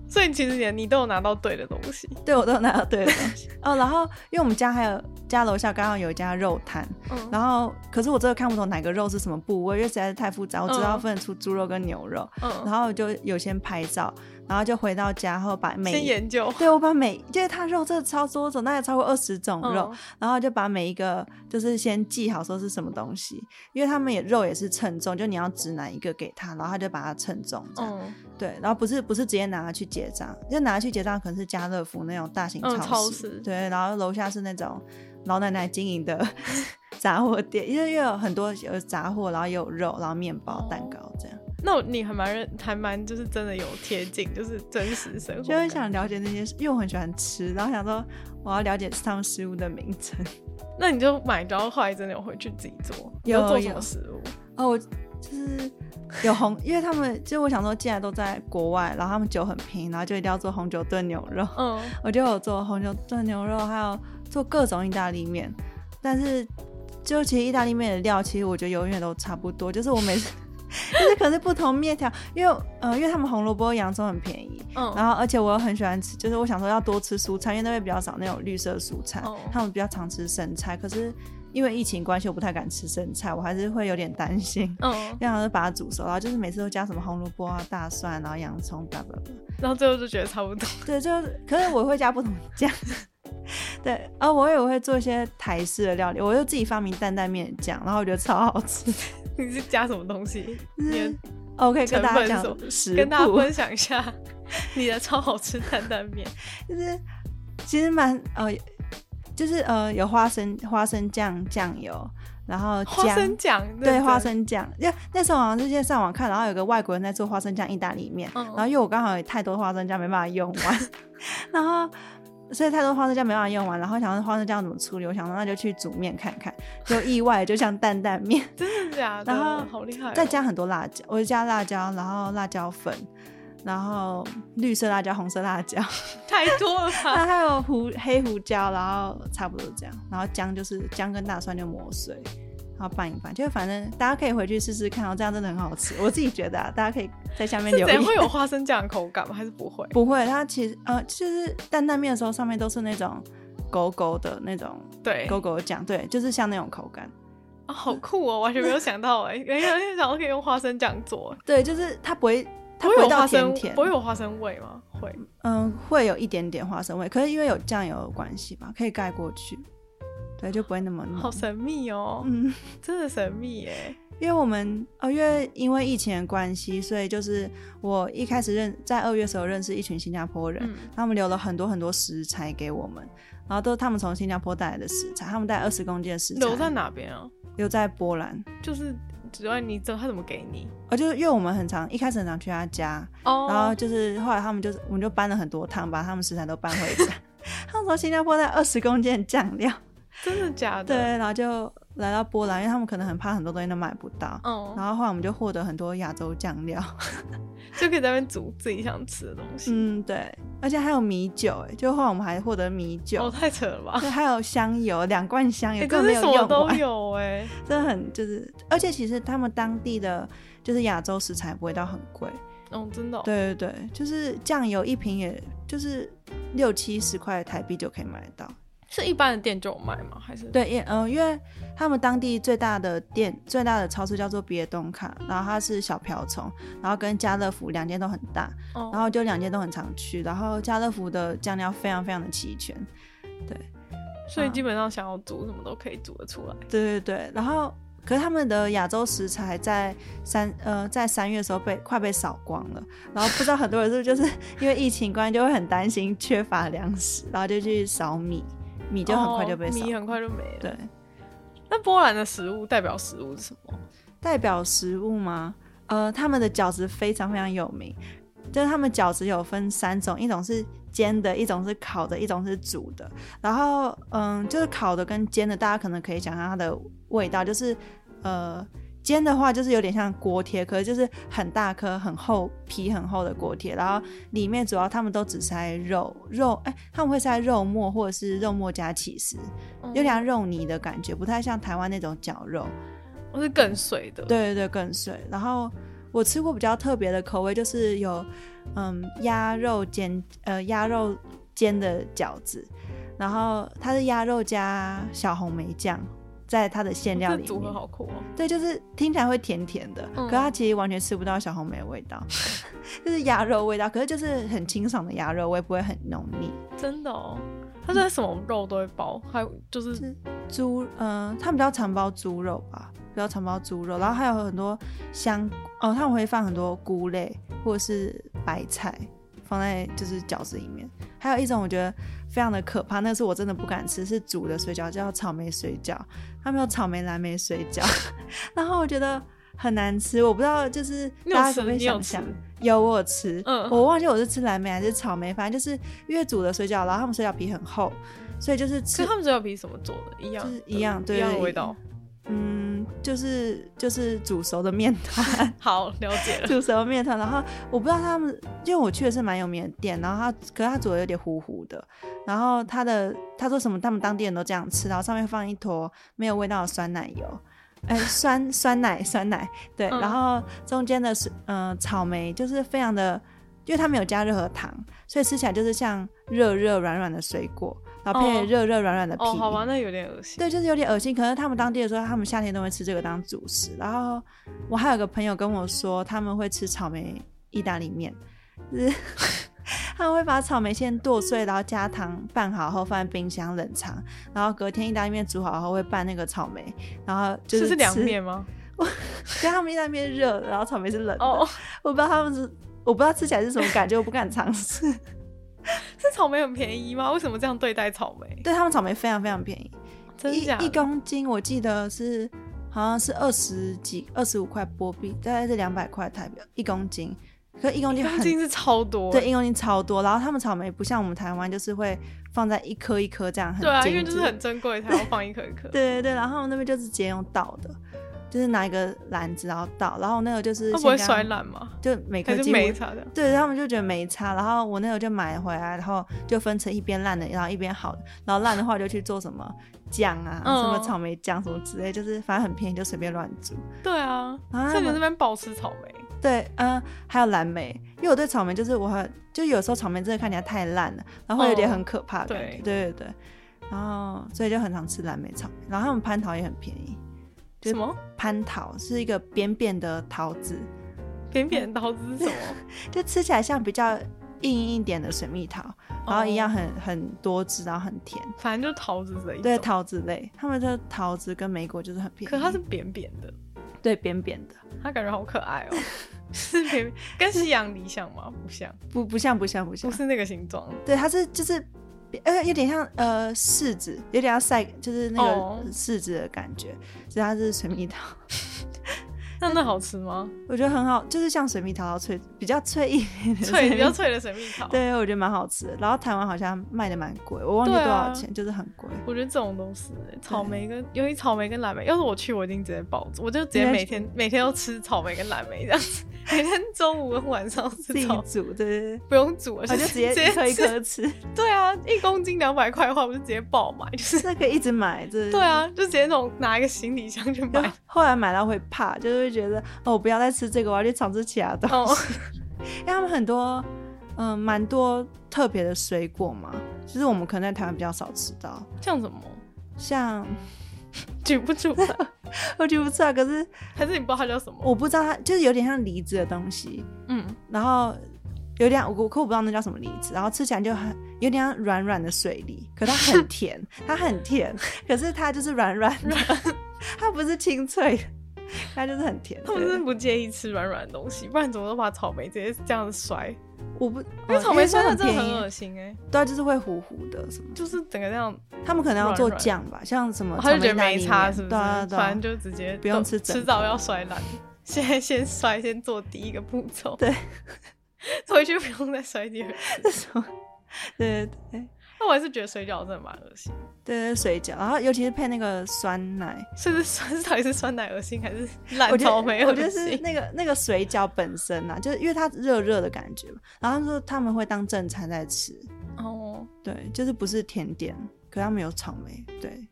所以其实你你都有拿到对的东 *laughs* 西， *laughs* 对我都拿到对的东西哦，然后因为我们家还有家楼下刚好有一家肉摊，嗯，然后可是我真的看不懂哪个肉是什么部位，因为实在是太复杂，我只知道嗯分得出猪肉跟牛肉，嗯，然后我就有先拍照，然后就回到家后把每先一研究对我把每就是它肉真的超多种，大概超过二十种肉。嗯然后就把每一个就是先记好说是什么东西，因为他们也肉也是称重，就你要指哪一个给他，然后他就把它称重这样。嗯对，然后不是不是直接拿它去结账，就拿它去结账可能是家乐福那种大型超市，嗯超市对，然后楼下是那种 *laughs* 老奶奶经营的杂货店，因为因为有很多有杂货，然后也有肉，然后面包、哦蛋糕这样，那你还蛮认，还蛮就是真的有贴近，就是真实生活，就很想。了解那些，因为我很喜欢吃，然后想说我要了解他们食物的名称。那你就买到后来真的有回去自己做，你有要做什有么食 *laughs* 物？哦，我就是有红，因为他们就是我想说，既然都在国外，然后他们酒很便宜，然后就一定要做红酒炖牛肉。嗯，我就有做红酒炖牛肉，还有做各种意大利面，但是就其实意大利面的料，其实我觉得永远都差不多，就是我每次。 *laughs* 就是可是不同面条，因为呃，因为他们红萝卜、洋葱很便宜，嗯然后而且我又很喜欢吃，就是我想说要多吃蔬菜，因为那边比较少那种绿色蔬菜，哦他们比较常吃生菜，可是因为疫情关系，我不太敢吃生菜，我还是会有点担心， *laughs* 嗯，然后就把它煮熟，然后就是每次都加什么红萝卜啊、大蒜，然后洋葱，叭叭叭，然后最后就觉得差不多。 *laughs* 对，就是，可是我会加不同的酱。 *laughs* 对，啊，我也会做一些台式的料理，我就自己发明担担面酱，然后我觉得超好吃。你是加什么东西？你的哦，我可以跟大家成讲食跟大家谱，分享一下 *laughs* 你的超好吃担担面。就是其实蛮呃，就是呃有花生花生酱酱油，然后花 *laughs* 姜生酱，对认花真，生酱，因为那时候好像是先上网看，然后有个外国人在做花生酱意大利面，嗯然后因为我刚好有太多花生酱没办法用完， *laughs* 然后所以太多花生酱没办法用完，然后想说花生酱怎么处理，我想说那就去煮面看 *laughs* 看，就意外就像担担面，真的假的？然后好厉害哦，再加很多辣椒，我就加辣椒，然后辣椒粉，然后绿色辣椒、红色辣椒，太多了 *laughs* 吧？ *laughs* 然后还有胡黑胡椒，然后差不多这样，然后姜就是姜跟大蒜就磨碎，然后拌一拌，就反正大家可以回去试试看哦，这样真的很好吃，我自己觉得、啊，大家可以在下面 *laughs* 是留怎样言。会有花生酱的口感吗？还是不会？不会，它其实呃，就是担担面的时候上面都是那种狗狗的那种对，狗狗的酱，对，就是像那种口感，啊，好酷哦，完全没有想到哎，没有想到可以用花生酱做，欸对，就是它不会，它不会会有到花甜生，甜，不会有花生味吗？会，嗯，会有一点点花生味，可是因为有酱油的关系吧，可以盖过去，对，就不会那么浓好。神秘哦，嗯， *laughs* 真的神秘耶。因为我们呃，因为因为疫情的关系，所以就是我一开始认在二月的时候认识一群新加坡人，嗯他们留了很多很多食材给我们，然后都是他们从新加坡带来的食材，他们带二十公斤的食材留在哪边啊？留在波兰，就是只要你知道他怎么给你呃，就是因为我们很常一开始很常去他家，哦然后就是后来他们就是我们就搬了很多趟，把他们食材都搬 *laughs* 回家，他们从新加坡带二十公斤的酱料，真的假对，的？然后就来到波兰，因为他们可能很怕很多东西都买不到。嗯，然后后来我们就获得很多亚洲酱料，就可以在那边煮自己想吃的东西。哦嗯，对，而且还有米酒，哎，就后来我们还获得米酒，哦，太扯了吧！对，还有香油，两罐香油你根真本没是有什用么都完，有哎、真的很就是，而且其实他们当地的就是亚洲食材不会到很贵，哦，真的、哦，对对对，就是酱油一瓶也就是六七十块台币就可以买得到，是一般的店就有卖吗？还是对，因嗯、因为他们当地最大的店、最大的超市叫做别东卡，然后它是小瓢虫，然后跟家乐福两间都很大，哦然后就两间都很常去，然后家乐福的酱料非常非常的齐全，所啊以基本上想要煮什么都可以煮得出来。对对对，然后可是他们的亚洲食材在三呃在三月的时候被快被扫光了，然后不知道很多人是不是就是 *laughs* 因为疫情关系就会很担心缺乏粮食，然后就去扫米，米就很快就被哦扫、米很快就没了。对。那波兰的食物代表食物是什么？代表食物吗？呃，他们的饺子非常非常有名，就是他们饺子有分三种，一种是煎的，一种是烤的，一种是煮的。然后，嗯，就是烤的跟煎的，大家可能可以想象它的味道，就是呃，煎的话就是有点像锅贴，可是就是很大颗、很厚、皮很厚的锅贴，然后里面主要他们都只塞肉肉，哎、他们会塞肉末或者是肉末加起司，嗯有点像肉泥的感觉，不太像台湾那种绞肉。我是更水的，，对对对，更碎。然后我吃过比较特别的口味，就是有嗯鸭肉煎呃鸭肉煎的饺子，然后它是鸭肉加小红梅酱，在它的馅料这里组合面。好酷哦、对，就是听起来会甜甜的，嗯可它其实完全吃不到小红梅的味 *laughs* 道，就是鸭肉味道，可是就是很清爽的鸭肉味，不会很浓腻。真的哦、它是什么肉都会包，还有就是嗯是猪，嗯、他们比较常包猪肉吧，比较常包猪肉，然后还有很多香，哦，他们会放很多菇类或者是白菜放在就是饺子里面。还有一种我觉得非常的可怕，那是我真的不敢吃，是煮的水饺，叫草莓水饺，他们有草莓蓝莓水饺， *laughs* 然后我觉得很难吃，我不知道就是你大有家可吃不可以你有想吃象。有我有吃，嗯我忘记我是吃蓝莓还是草莓，反正就是因为煮的水饺，然后他们水饺皮很厚，所以就是其吃实他们只有皮什么做的，一样就是的一样对一样的对味道。嗯，就是就是煮熟的面 *laughs* 团，好，了解 *laughs* 了。煮熟的面团。然后我不知道他们，因为我去的是蛮有名的店，然后他可是他煮的有点糊糊的。然后他的他说什么，他们当地人都这样吃，然后上面放一坨没有味道的酸奶油。哎，酸酸奶酸奶，对，嗯然后中间的是嗯、呃草莓，就是非常的，因为它没有加任何糖，所以吃起来就是像热热软软的水果，然后配哦热热软软的皮，哦，好吧，那有点恶心。对，就是有点恶心。可是他们当地的时候，他们夏天都会吃这个当主食。然后我还有个朋友跟我说，他们会吃草莓意大利面， *laughs* 就是他们会把草莓先剁碎，然后加糖拌好后放在冰箱冷藏，然后隔天意大利面煮好后会拌那个草莓，然后就这是是凉吃，面吗？ *laughs* 对，他们意大利面是热的，然后草莓是冷的。哦， *laughs* 我不知道他们是，我不知道吃起来是什么感觉，我不敢尝试。 *laughs* 这草莓很便宜吗？为什么这样对待草莓？对他们草莓非常非常便宜，真假一一的？公斤我记得是好像是二十几、二十五块波币，大概是两百块台币一公斤。可一公一斤很公斤是超多。对，一公斤超多。然后他们草莓不像我们台湾，就是会放在一颗一颗这样很对啊，因为精就是致很珍贵，才要放一颗一颗。对对对。然后他们那边就是直接用倒的，就是拿一个篮子然后倒，然后那个就是它不会先摔刚，烂吗？就每颗还是几乎没差的？对他们就觉得没差，然后我那时候就买回来，然后就分成一边烂的，然后一边好的，然后烂的话就去做什么酱啊，嗯什么草莓酱什么之类，就是反正很便宜，就随便乱煮。对啊，啊所以你我们这边暴吃草莓，对，嗯、还有蓝莓，因为我对草莓就是我很，就有时候草莓真的看起来太烂了，然后会有点哦很可怕的感觉。对对对对，然后所以就很常吃蓝莓草莓，然后他们蟠桃也很便宜，就什么蟠桃是一个扁扁的桃子，扁扁的桃子是什么？ *laughs* 就吃起来像比较硬一点的水蜜桃，然后一样哦很、很多汁，然后很甜。反正就是桃子的一种。对，桃子类，他们的桃子跟莓果就是很便宜，可它是扁扁的，对扁扁的，它感觉好可爱哦。 *laughs* 是扁扁，跟西洋梨像吗？不像，不不像不像不像不，是那个形 *laughs* 状。对，它是就是呃有点像呃柿子，有点像晒就是那哦个柿子的感觉，所以它是水蜜桃， *laughs* 那那好吃吗？我觉得很好，就是像水蜜桃然后脆比较脆一点脆的水比蜜较。脆的水蜜桃。 *laughs* 对，我觉得蛮好吃的。然后台湾好像卖的蛮贵，我忘记对多啊少钱，就是很贵。我觉得这种都是欸草莓跟，尤其草莓跟蓝莓。要是我去，我一定直接爆，我就直接你会每天每天都吃草莓跟蓝莓这样子， *laughs* 每天中午跟晚上吃自己草， *laughs* 煮，对对对，不用煮了，啊我就直接一颗一吃。颗 *laughs* 吃，对啊，一公斤两百块的话，我就直接爆买， *laughs* 就是这可以一直买，这对。啊，就直接那种拿一个行李箱去就 *laughs* 买。后来买到会怕，就是会觉得哦，我不要再吃这个，我要去尝试其他的东 *laughs* 哦西。，因为他们很多，嗯、蛮多特别的水果嘛，就是我们可能在台湾比较少吃到，像 *laughs* 什么像 *laughs* 举不出来，我记不出来，可是 *laughs* 还是你不知道它叫什么？我不知道它就是有点像梨子的东西，嗯，然后有点我可我不知道那叫什么梨子，然后吃起来就很有点像软软的水梨，可它很甜，它 *laughs* 很甜，可是它就是软软的，它不是清脆的，它就是很甜。他们对真的不介意吃软软的东西，不然怎么都把草莓直接这样子摔？我不，哦因为草莓摔酸的真的很恶便宜，心哎、对啊，就是会糊糊的什么。就是整个这样，他们可能要做软软酱吧，像什么他草就觉得莓意大没利差，面，是不是？对啊对啊反 *laughs* 正就直接不用都吃整迟早要摔烂。现在先摔，先做第一个步 *laughs* 骤。对，回去不用再摔第二次。这种，对对对，那我还是觉得水饺真的蛮恶心，对对，水饺，然后尤其是配那个酸奶，是不是酸到底是酸奶恶心还是我烂觉得草莓我恶觉得是心？那个那个水饺本身啊，就是因为它热热的感觉嘛，然后他说他们会当正餐在吃，哦，对，就是不是甜点，可他们有草莓，对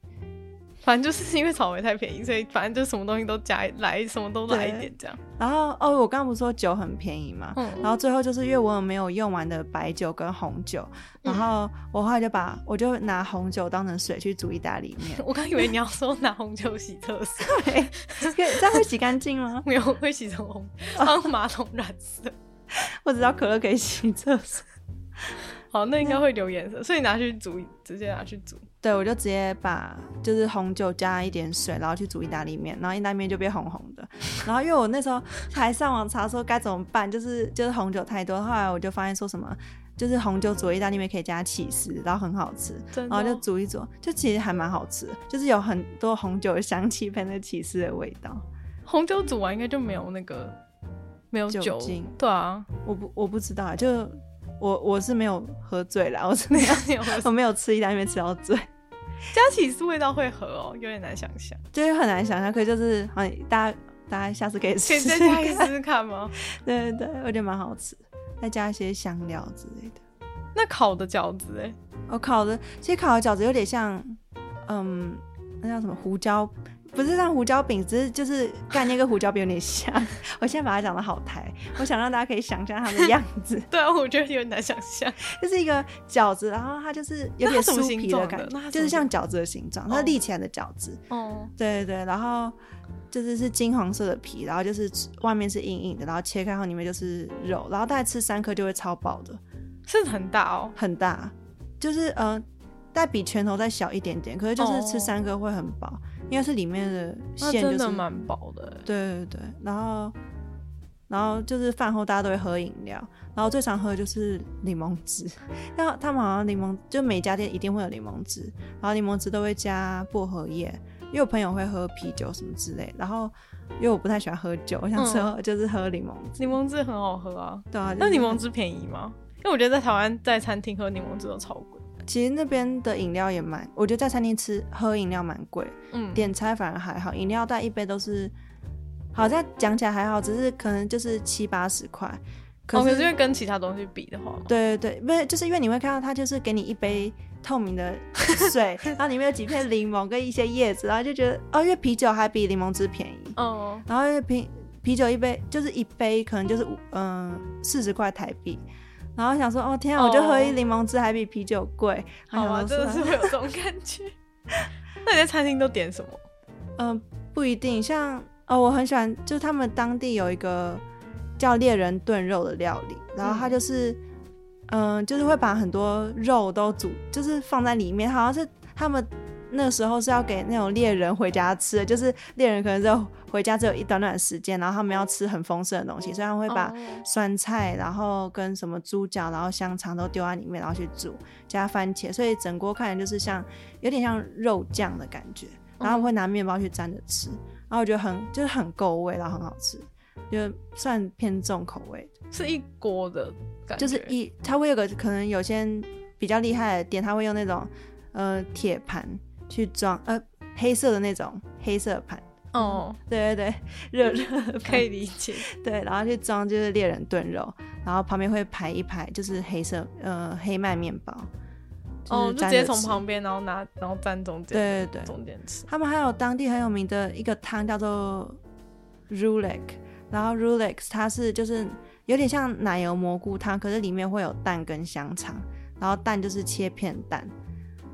反正就是因为草莓太便宜，所以反正就什么东西都加来，什么都来一点这样。然后哦，我刚刚不是说酒很便宜嘛，嗯然后最后就是因为我有没有用完的白酒跟红酒，嗯，然后我后来就把我就拿红酒当成水去煮意大利面 *laughs* 我刚以为你要说拿红酒洗厕所，可以这样会洗干净吗？ *laughs* 没有会洗成红，哦让马桶染色。我只知道可乐可以洗厕所，好，那应该会留颜色，所以拿去煮，直接拿去煮。对我就直接把就是红酒加一点水，然后去煮意大利面，然后意大利面就变红红的。然后因为我那时候还上网查说该怎么办，就是就是红酒太多，后来我就发现说什么。就是红酒煮的意大利面可以加起司，然后很好吃，真然的后哦就煮一煮，就其实还蛮好吃的，就是有很多红酒的香气配那起司的味道。红酒煮完应该就没有那个没有酒酒精，对 *laughs* 啊，我不我不知道啊，就我我是没有喝醉啦，我是没没有有没有我没有吃意大利面吃到醉，加起司味道会合哦，有点难想象。就是很难想象。可是就是好像大家大家下次可以可试以试在看家里试试看吗？ *laughs* 对对对，我觉得蛮好吃，再加一些香料之类的。那烤的饺子哎、我烤的，其实烤的饺子有点像，嗯，那叫什么胡椒，不是像胡椒饼，只是就是概念跟胡椒饼有点像。 *laughs* 我现在把它讲的好台，我想让大家可以想象它的样子， *laughs* 对啊，我觉得有点难想象。就是一个饺子，然后它就是那有它点什么酥形皮状的感那它什觉，就是么像形饺子的形状，它哦立起来的饺子。哦，对对对，然后就是是金黄色的皮，然后就是外面是硬硬的，然后切开后里面就是肉，然后大概吃三颗就会超饱的。是很大哦，很大，就是呃，但比拳头再小一点点，可是就是吃哦三颗会很饱，因为是里面的那馅真就的是，蛮薄的欸、对对对，然后然后就是饭后大家都会喝饮料，然后最常喝的就是柠檬汁， *laughs* 然后他们好像柠檬就每家店一定会有柠檬汁，然后柠檬汁都会加薄荷叶，因为我朋友会喝啤酒什么之类，然后因为我不太喜欢喝酒，我想嗯说就是喝柠檬汁，柠檬汁很好喝啊，对啊，那就是柠檬汁便宜吗？因为我觉得在台湾在餐厅喝柠檬汁都超贵。其实那边的饮料也蛮，我觉得在餐厅吃喝饮料蛮贵，嗯，点菜反而还好，饮料带一杯都是，好像讲起来还好，只是可能就是七八十块。可哦，可是,、是因为跟其他东西比的话，对对对，不是就是因为你会看到它就是给你一杯透 *laughs* 明的水，然后里面有几片柠檬跟一些叶子，然后就觉得哦，因为啤酒还比柠檬汁便宜，哦，然后因为啤啤酒一杯就是一杯可能就是五嗯四十块台币。然后想说，哦天啊，我就喝一哦柠檬汁还比啤酒贵，然好后吧，想真说的是会有这种感觉。 *laughs* 那你在餐厅都点什么？嗯、不一定，像哦，我很喜欢，就是他们当地有一个叫猎人炖肉的料理，然后它就是，嗯、就是会把很多肉都煮，就是放在里面，好像是他们那时候是要给那种猎人回家吃的，就是猎人可能就回家只有一短短时间，然后他们要吃很丰盛的东西，所以他们会把哦酸菜，然后跟什么猪脚，然后香肠都丢在里面，然后去煮，加番茄，所以整锅看起来就是像有点像肉酱的感觉。嗯然后我会拿面包去沾着吃，然后我觉得很就是很够味，然后很好吃，就算偏重口味，是一锅的感觉，就是一它会有个可能有些比较厉害的店，它会用那种呃铁盘去装呃黑色的那种黑色的盘，哦，对对对，热热的盘可以理解。对，然后去装就是猎人炖肉，然后旁边会排一排就是黑色呃黑麦面包，哦，嗯是就沾直着接从吃旁边，然后拿，然后站中间，对对对，中间吃。他们还有当地很有名的一个汤叫做 rulek，然后 rulek 它是就是有点像奶油蘑菇汤，可是里面会有蛋跟香肠，然后蛋就是切片蛋。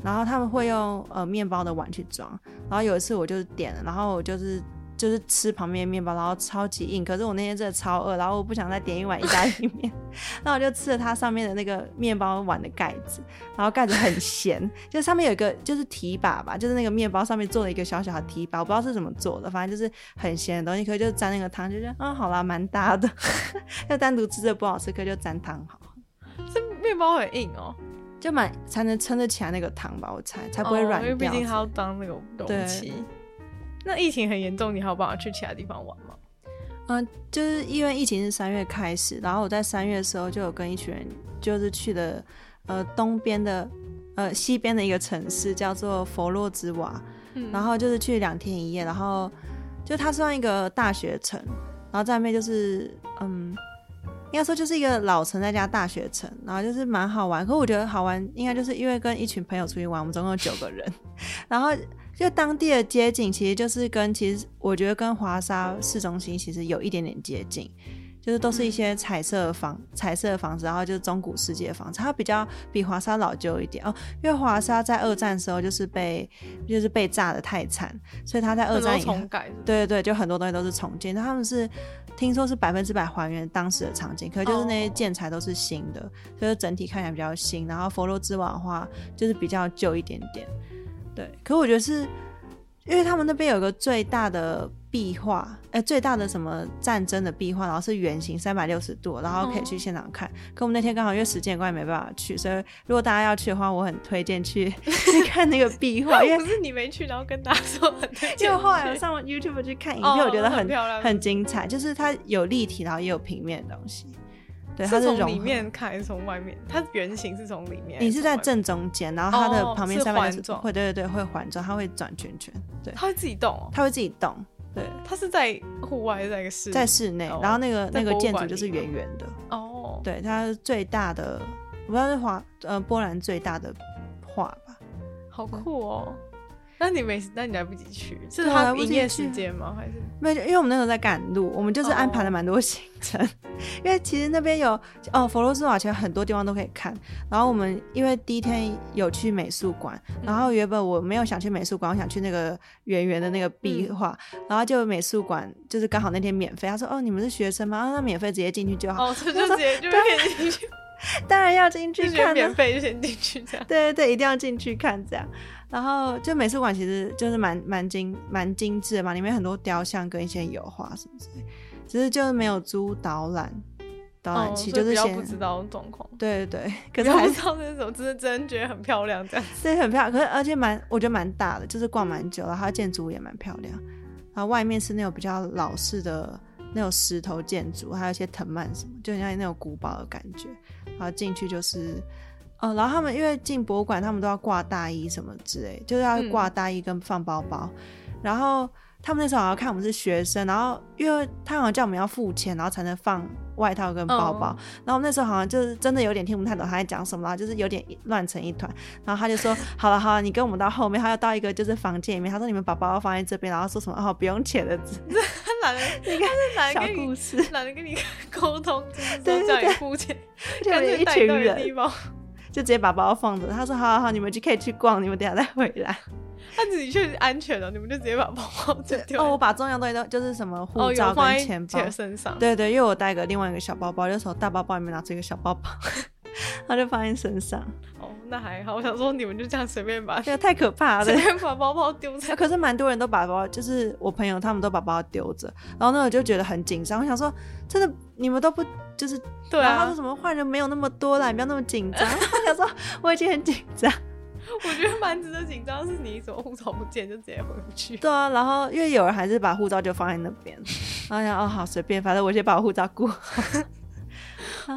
然后他们会用呃面包的碗去装，然后有一次我就是点了，然后我就是就是吃旁边的面包，然后超级硬，可是我那天真的超饿，然后我不想再点一碗意大利面， *laughs* 那我就吃了它上面的那个面包碗的盖子，然后盖子很咸， *laughs* 就是上面有一个就是提把吧，就是那个面包上面做了一个小小的提把，我不知道是怎么做的，反正就是很咸的东西，可是就沾那个汤，就觉得嗯好啦，蛮搭的。 *laughs* 要单独吃这不好吃，可是就沾汤好，这面包很硬哦，就蛮才能撑得起来那个汤吧，我猜才不会哦软因为毕掉之类竟的。它要当那个对容器。那疫情很严重，你还有办法去其他地方玩吗？嗯，就是因为疫情是三月开始，然后我在三月的时候就有跟一群人，就是去了呃东边的，嗯、呃西边的一个城市叫做佛洛兹瓦，嗯然后就是去两天一夜，然后就它算一个大学城，然后在那边就是嗯，应该说就是一个老城再加大学城，然后就是蛮好玩。可我觉得好玩，应该就是因为跟一群朋友出去玩，我们总共有九个人， *laughs* 然后就当地的街景其实就是跟其实我觉得跟华沙市中心其实有一点点接近。就是都是一些彩色的房、彩色的房子，然后就是中古世界的房子，它比较比华沙老旧一点哦。因为华沙在二战的时候就是被就是被炸的太惨，所以它在二很战多以后重改是不是，对对对，就很多东西都是重建，那他们是听说是百分之百还原当时的场景，可是就是那些哦建材都是新的，所以就整体看起来比较新。然后佛罗之瓦的话，就是比较旧一点点。对，可我觉得是因为他们那边有一个最大的壁画，哎、最大的什么战争的壁画，然后是圆形三百六十度，然后可以去哦现场看。可我们那天刚好因为时间关系没办法去，所以如果大家要去的话，我很推荐去 *laughs* 去看那个 *laughs* 壁画，因 *laughs* 为不是你没去，然后跟大家说很 *laughs* 推荐就后来你我去上网 YouTube 去看影哦片，我觉得很很漂亮很精彩，就是它有立体，然后也有平面的东西。对，它是融从合里。面看还是从外面？它圆形是从里面还从外你面，是在正中间，然后它的哦旁边是三百六环十状会，对对对，会环状，它会转圈圈，对，它会自己动哦。它会自己动，对，它是在户外，还是在一个室内？在室内哦，然后那个在那个博物建筑馆就是里吗圆圆的，哦，对，它是最大的，我不知道是华呃波兰最大的画吧，好酷哦。那你没，那你来不及去，是对啊它来不及营业去时间吗？还是没有，因为我们那时候在赶路，我们就是安哦排了蛮多 *laughs* 行程。因为其实那边有哦，佛罗斯瓦其实很多地方都可以看。然后我们因为第一天有去美术馆，然嗯后原本我没有想去美术馆，我想去那个圆圆的那个壁嗯画，然后就美术馆就是刚好那天免费，他说哦你们是学生吗？啊、那免费直接进去就好，哦，这就直接就可以进 *laughs* 去，当然要进就去觉得啊看啊了免。费就先进去这样。对对对，一定要进去看这样。然后就美术馆其实就是蛮蛮精蛮精致的嘛，里面很多雕像跟一些油画什么之类，只是就是没有租导览导览哦器，所啊就以是比较先不知道状况，对对对，比可是较还不是知道这是什么，只是真的觉得很漂亮 *laughs* 这样。对很漂亮，可是而且蛮我觉得蛮大的，就是逛蛮久，然后它建筑物也蛮漂亮，然后外面是那种比较老式的那种石头建筑，还有一些藤蔓什么，就很像那种古堡的感觉。然后进去就是，哦，然后他们因为进博物馆，他们都要挂大衣什么之类，就是要挂大衣跟放包包。然后他们那时候好像看我们是学生，然后因为他好像叫我们要付钱，然后才能放外套跟包包。哦然后我们那时候好像就是真的有点听不太懂他在讲什么，然后就是有点乱成一团。然后他就说：“好了好了，你跟我们到后面，他要到一个就是房间里面，他说你们把包包放在这边，然后说什么哦不用钱的他懒得，你看是懒得 *laughs* 小跟故你事， *laughs* 懒得跟你沟通，就是对说对叫你对付 *laughs* 钱，就干有脆一带你群到一个人地方， *laughs* 就直接把包包放着。他说：“好好好，你们就可以去逛，你们等一下再回 *laughs* 来。他自己确实安全了，你们就直接把包包就丢哦，了我把重要东西都就是什么哦，护有照放跟在钱包，姐身上，对对，因为我带个另外一个小包包，就从大包包里面拿出一个小包 *laughs* 包，然后就放在身上，哦，那还好。我想说你们就这样随便把这个太可怕 *laughs* 了随。便把包包丢在 *laughs* 啊可是蛮多人都把包，就是我朋友他们都把包丢着，然后呢我就觉得很紧张，我想说真的你们都不就是，对然后他啊说，什么坏人没有那么多啦，你不要那么紧张。 *laughs* 我想说我已经很紧张，我觉得蛮值得紧张，是你怎么护照不见就直接回不 *laughs* 去，对啊，然后因为有人还是把护照就放在那边，然后想哦好随便，反正我先把我护照 *laughs* 顾好。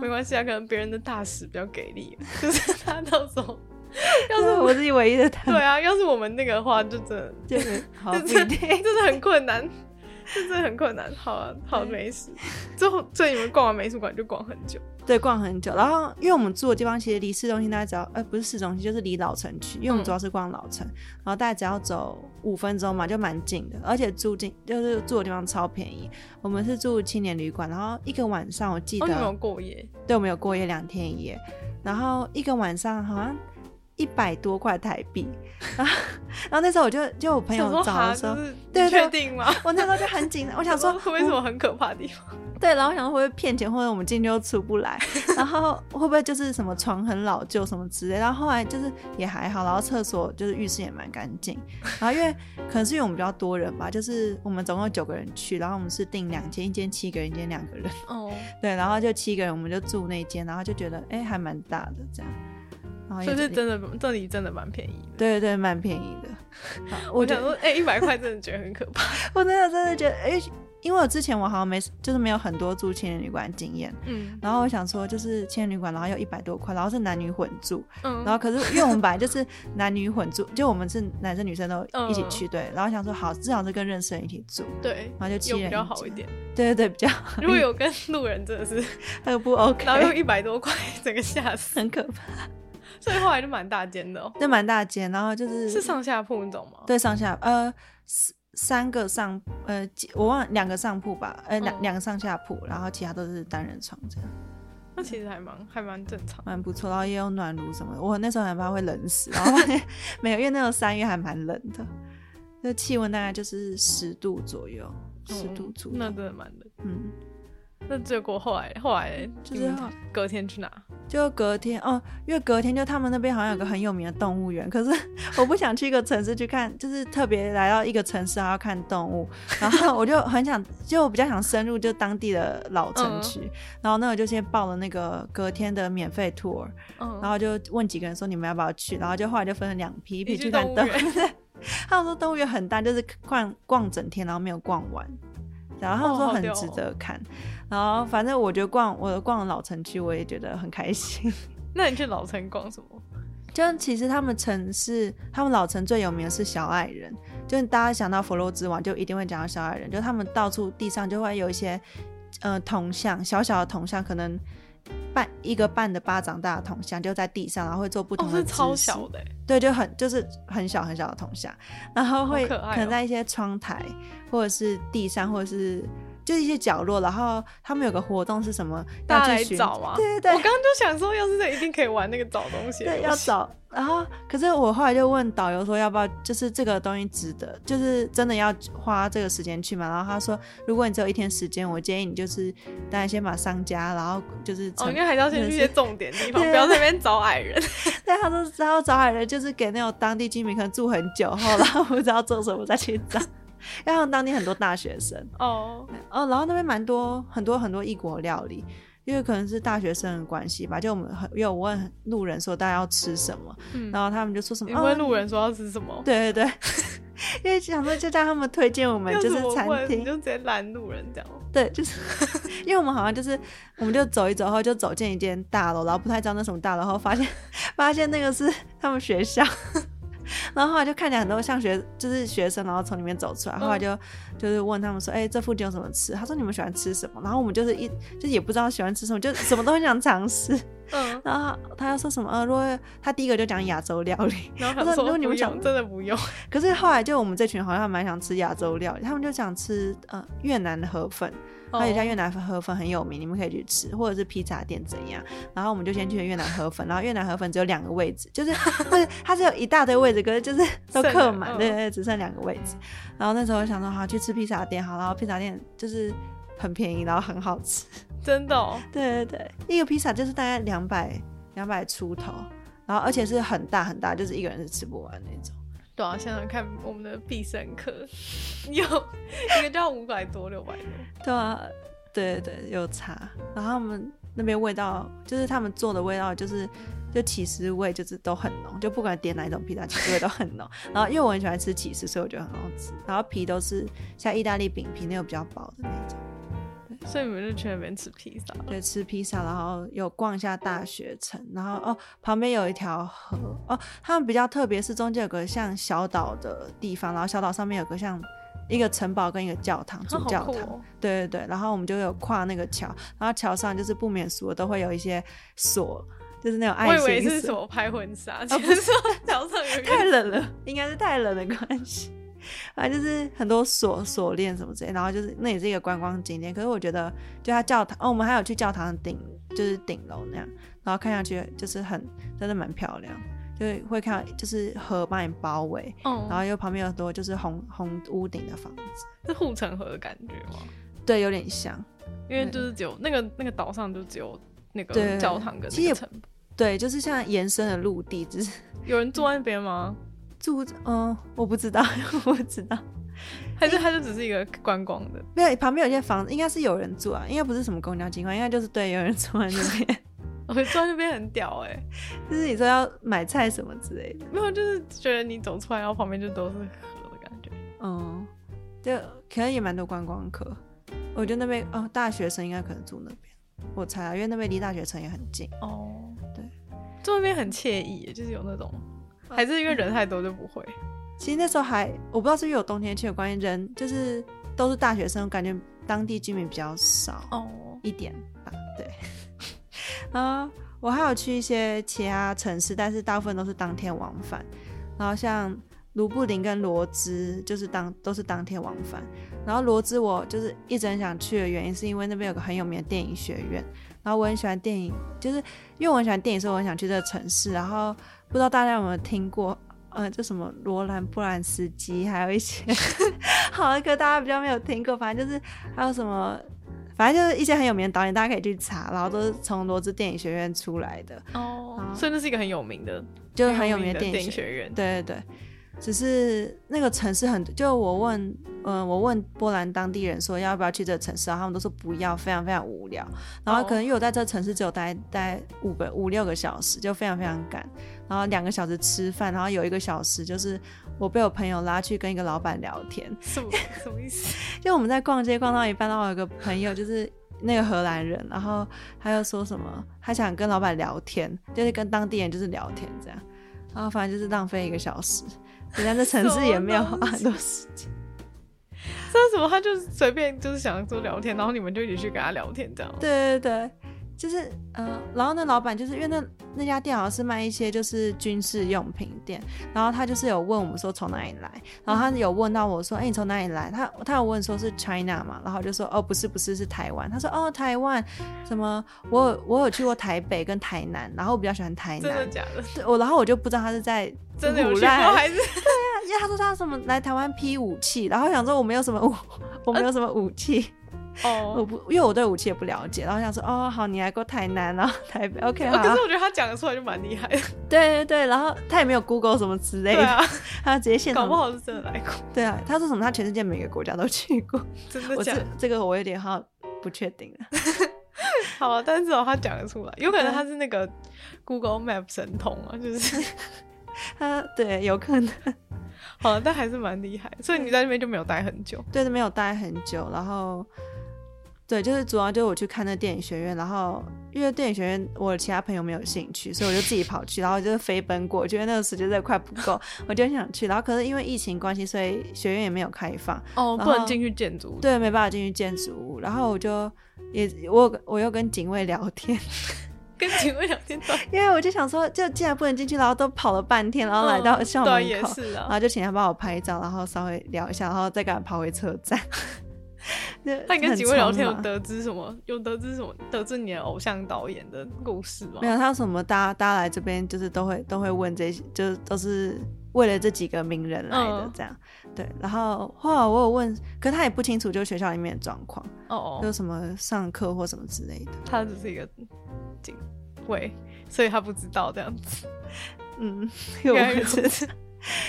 没关系啊，可能别人的大使比较给力，就是他到时候要是 *laughs* 对我我自己唯一的对啊，要是我们那个的话，就真的就是好这哦不这一定。 *laughs* 真的很困难，这真的很困难。好啊，好没事。最后，所以你们逛完美术馆就逛很久，对，逛很久。然后，因为我们住的地方其实离市中心大概只要，呃，不是市中心，就是离老城区，因为我们嗯主要是逛老城，然后大概只要走五分钟嘛，就蛮近的。而且住进就是住的地方超便宜，我们是住青年旅馆，然后一个晚上我记哦，得，你们有过夜，对，我们有过夜两天一夜，然后一个晚上好像一百多块台币。 *laughs* 然后，然后那时候我就就我朋友想说找哈，的时候就，是你对对确定吗？我那时候就很紧张，我 *laughs* 想说嗯想说为什么很可怕的地 *laughs* 方？对，然后想说会不会骗钱，或者我们进去又出不来，然后会不会就是什么床很老旧什么之类，然后后来就是也还好，然后厕所就是浴室也蛮干净，然后因为可能是因为我们比较多人吧，就是我们总共有九个人去，然后我们是订两间，一间七个人，一间两个人， *laughs* 哦，对，然后就七个人我们就住那间，然后就觉得哎还蛮大的这样，然后也就是真的，这里真的蛮便宜的。对 *laughs* 对蛮便宜的，好我我觉想得说，哎、一百块真的觉得很可怕。我真的真的觉得哎。因为我之前我好像没就是没有很多住青年旅馆的经验，嗯然后我想说就是青年旅馆，然后要一百多块，然后是男女混住，嗯，然后可是因为我们本来就是男女混住，就我们是男生女生都一起去对，然后想说好至少是跟认识的人一起住，对，然后就嗯七有人比较一好一间 *laughs* 点。对对对比较如果有跟路人真的 *laughs* 是，很不嗯然后 OK，又一百多块，整个吓死。很可怕，所以后来就蛮大间的、哦，那蛮大间，然后就是是上下铺那种吗？嗯对，上下呃三三个上呃几我忘了两个上铺吧，呃两嗯两、个上下铺，然后其他都是单人床这样，那其实还蛮还蛮正常。蛮不错。然后也有暖炉什么的，我那时候很怕会冷死，然后发现没有，因为那时候三月还蛮冷的，那气温大概就是十度左右，十度左哦嗯右。那真的蛮的。嗯，那结果后来后来就是你后们隔天去哪？就隔天哦，因为隔天就他们那边好像有个很有名的动物园，可是我不想去一个城市去看，就是特别来到一个城市还要看动物，然后我就很想，就我比较想深入就当地的老城区，然后那我就先报了那个隔天的免费 tour，嗯，然后就问几个人说你们要不要去，然后就后来就分成两批，一批你去去看动物动物园 *laughs* 园，他们说动物园很大，就是逛逛整天，然后没有逛完。然后他们哦说好很屌值哦得看，然后反正我觉得逛我逛老城区，我也觉得很开心。 *laughs* 那你去老城逛什么？就其实他们城市，他们老城最有名的是小矮人，就是大家想到佛罗之王就一定会讲到小矮人，就他们到处地上就会有一些呃铜像，小小的铜像，可能半一个半的巴掌大的铜像就在地上，然后会做不哦，同的、是超小，的欸，对，就很就是很小很小的铜像，然后会好可爱哦能在一些窗台或者是地上或者是。就是一些角落，然后他们有个活动是什么？大家要来去寻找吗？对对对，我刚刚就想说，要是这一定可以玩那个找东西的游 *laughs* 戏。对，要找。然后，可是我后来就问导游说，要不要就是这个东西值得，就是真的要花这个时间去嘛？然后他说，如果你只有一天时间，我建议你就是当然先把商家，然后就是哦，因成为还是要先去一些重点地方，对啊不要在那边找矮人。对，他说然后找海人就是给那种当地居民可能住很久后，然后不知道做什么再去找。因为他们当地很多大学生哦，哦，然后那边蛮多很多很多异国料理，因为可能是大学生的关系吧，就我们很因为我问路人说大家要吃什么，嗯然后他们就说什么你哦问路人说要吃什么？对对对， *laughs* 因为想说就叫他们推荐我们要就是是我餐问，你厅，就直接拦路人这样。对，就是 *laughs* 因为我们好像就是我们就走一走后就走进一间大楼，然后不太知道那什么大楼，然后发现 *laughs* 发现那个是他们学校。 *laughs* 然后后来就看见很多像学就是学生，然后从里面走出来。后来就、就是问他们说：“哎、这附近有什么吃？”他说：“你们喜欢吃什么？”然后我们就是一就是也不知道喜欢吃什么，就什么都很想尝试。嗯，然后他又说什么？呃，如果他第一个就讲亚洲料理， *laughs* 然后他他说说如果你不们想用，真的不用。可是后来就我们这群好像蛮想吃亚洲料理，他们就想吃呃越南的河粉，而且家哦越南河粉很有名，你们可以去吃，或者是披萨店怎样。然后我们就先去了越南河粉，然后越南河粉只有两个位 *laughs* 置，就是不是它只有一大堆位置，可是就是都剩客了满，嗯对对对，只剩两个位置。然后那时候我想说，好去吃披萨店好，然后披萨店就是很便宜，然后很好吃， *laughs* 真的哦，对对对，一个披萨就是大概两百两百出头，然后而且是很大很大，就是一个人是吃不完那种。对啊，想想看，我们的必胜客 *laughs* 有一个叫五百多、六百多，对啊，对对对，有茶。然后他们那边味道，就是他们做的味道，就是就起司味，就是都很浓，就不管点哪一种披萨，起司味都很浓。 *laughs* 然后因为我很喜欢吃起司，所以我觉得很好吃。然后皮都是像意大利饼皮那种比较薄的那种。所以你们就去那边吃披萨。对，吃披萨，然后有逛一下大学城，然后哦，旁边有一条河哦，他们比较特别是中间有个像小岛的地方，然后小岛上面有个像一个城堡跟一个教堂，主啊好教酷堂。哦！对对对，然后我们就有跨那个桥，然后桥上就是不免俗的都会有一些锁，哎就是哦那我种爱以为心是什锁。么拍婚纱，其实说脚上有一太个冷了， *laughs* 应该是太冷的关系。 *laughs* 啊，就是很多锁锁链什么之类，然后就是那也是一个观光景点。可是我觉得，就它教堂哦，我们还有去教堂的顶，就是顶楼那样，然后看下去就是很真的蛮漂亮，就是会看到就是河把你包围，然嗯，后又旁边有很多就是红红屋顶的房子，是护城河的感觉吗？对，有点像。因为就是只有那个那个岛上就只有那个对教堂跟其实那也个城堡。对，就是像延伸的陆地，只是有人住在那边吗？住，嗯，我不知道， *laughs* 我不知道，还是它就只是一个观光的？没有，旁边有些房子应该是有人住啊，应该不是什么公交机关，应该就是对，有人住在那边， *laughs* 我觉得住在那边很屌哎、就是你说要买菜什么之类的，没有，就是觉得你走出来，然后旁边就都是河的感觉。嗯，就可能也蛮多观光客，我觉得那边哦，大学生应该可能住那边，我猜啊，因为那边离大学城也很近。哦，对，嗯住那边很惬意，就是有那种，还是因为人太多就不会。其实那时候还我不知道是不是有冬天去的关系，人就是都是大学生，感觉当地居民比较少哦，一点吧。对，啊，我还有去一些其他城市，但是大部分都是当天往返。然后像卢布林跟罗兹，就是当都是当天往返。然后罗兹我就是一直很想去的原因，是因为那边有个很有名的电影学院。然后我很喜欢电影，就是因为我很喜欢电影，所以我很想去这个城市。然后不知道大家有没有听过，呃，就什么罗兰·布兰斯基，还有一些 *laughs* 好一个大家比较没有听过，反正就是还有什么，反正就是一些很有名的导演，大家可以去查。然后都是从罗兹电影学院出来的，哦好所以那是一个很有名的，就是很有名的的电电影学学院。对对对，只是那个城市很，就我问，嗯，我问波兰当地人说要不要去这个城市，然后他们都说不要，非常非常无聊。然后可能因为我在这个城市只有待待五个五六个小时，就非常非常赶。然后两个小时吃饭，然后有一个小时就是我被我朋友拉去跟一个老板聊天，什么什么意思？就我们在逛街逛到一半，然后我有个朋友就是那个荷兰人，然后他又说什么，他想跟老板聊天，就是跟当地人就是聊天这样，然后反正就是浪费一个小时，人家这城市也没有花很多时间。这是什么？他就是随便就是想说聊天，然后你们就一起去跟他聊天这样。对对对，就是呃，然后那老板就是因为那那家店好像是卖一些就是军事用品店，然后他就是有问我们说从哪里来，然后他有问到我说，哎、你从哪里来？他他有问说是 China 嘛，然后我就说哦不是不是是台湾，他说哦台湾什么我有我有去过台北跟台南，然后我比较喜欢台真的南，假的？对我然后我就不知道他是在真的有胡去过乱还是还 *laughs* 是？因为他说他什么来台湾批武器，然后我想说我没有什么武我没有什么武器。我哦，不，因为我对武器也不了解，然后想说，哦，好，你来过台南，然后 *laughs* 台北，OK，好哦，可是我觉得他讲得出来就蛮厉害 *laughs* 的。对对对，然后他也没有 Google 什么之类对的，啊，他直接现搞场不，好是真的来 *laughs* 过，对啊，他说什么，他全世界每个国家都去过，真的我假这的？这个我有点好不确定啊了，好啊，但是哦，他讲得出来，有可对啊能他是那个 Google Map 神童啊，就是。 *laughs* 他对，有可能好啊，但还是蛮厉害，所以你在那边就没有待很久。对，没有待很久，然后。对，就是主要就是我去看那电影学院，然后因为电影学院我其他朋友没有兴趣，所以我就自己跑去，然后就是飞奔过，觉得那个时间真的快不够，我就很想去，然后可是因为疫情关系，所以学院也没有开放，哦，然不能后进去建筑物。对，没办法进去建筑物。然后我就也我有我又跟警卫聊天， *laughs* 跟警卫聊天对，因为我就想说，就既然不能进去，然后都跑了半天， *laughs* 然后来到嗯校对门也口，是然啊，后就请他帮我拍照，然后稍微聊一下，然后再赶快跑回车站。 *laughs* 就那你跟很警卫聊匆天有忙得知什么？有得知什么？得知你的偶像导演的故事吗没？有，他什么大家大家来这边就是都会都会问这些，就是都是为了这几个名人来的嗯这样。对，然后后来我有问，可他也不清楚就是学校里面的状况，哦就哦，什么上课或什么 *laughs* 之类的。他只是一个警卫，所以他不知道这样子。嗯，我原来不如知道。 *laughs*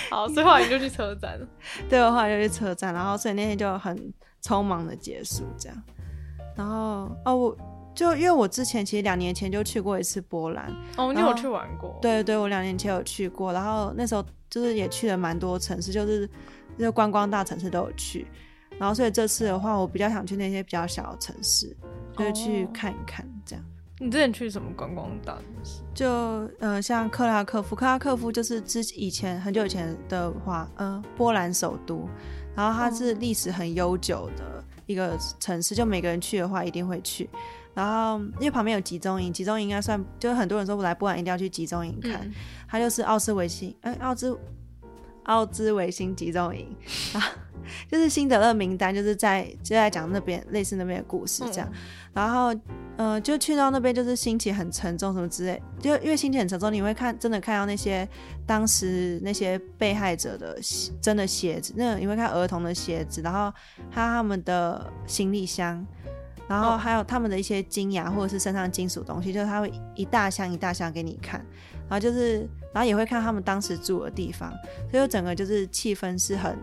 好，所以后来你就去车 *laughs* 站了。对，我后来就去车站，然后所以那天就很匆忙的结束这样。然后哦，我就因为我之前其实两年前就去过一次波兰，哦，你然后有去玩过？，对对，我两年前有去过，然后那时候就是也去了蛮多城市，就是就是观光大城市都有去。然后所以这次的话，我比较想去那些比较小的城市，就是去哦看一看这样。你之前去什么观光大城市？就呃，像克拉科夫，克拉科夫就是之以前很久以前的话，呃，波兰首都，然后它是历史很悠久的一个城市，就每个人去的话一定会去。然后因为旁边有集中营，集中营应该算，就是很多人说来波兰一定要去集中营看，嗯它就是奥斯维辛，哎、奥兹奥兹维辛集中营， *laughs* 然后就是辛德勒名单，就是在就在讲那边类似那边的故嗯事这样。哦然后，嗯、就去到那边就是心情很沉重什么之类，就因为心情很沉重，你会看真的看到那些当时那些被害者的鞋真的鞋子，那你会看儿童的鞋子，然后还有他们的行李箱，然后哦还有他们的一些金牙或者是身上金属东西，就是他会一大箱一大箱给你看，然后就是，然后也会看他们当时住的地方，所以就整个就是气氛是很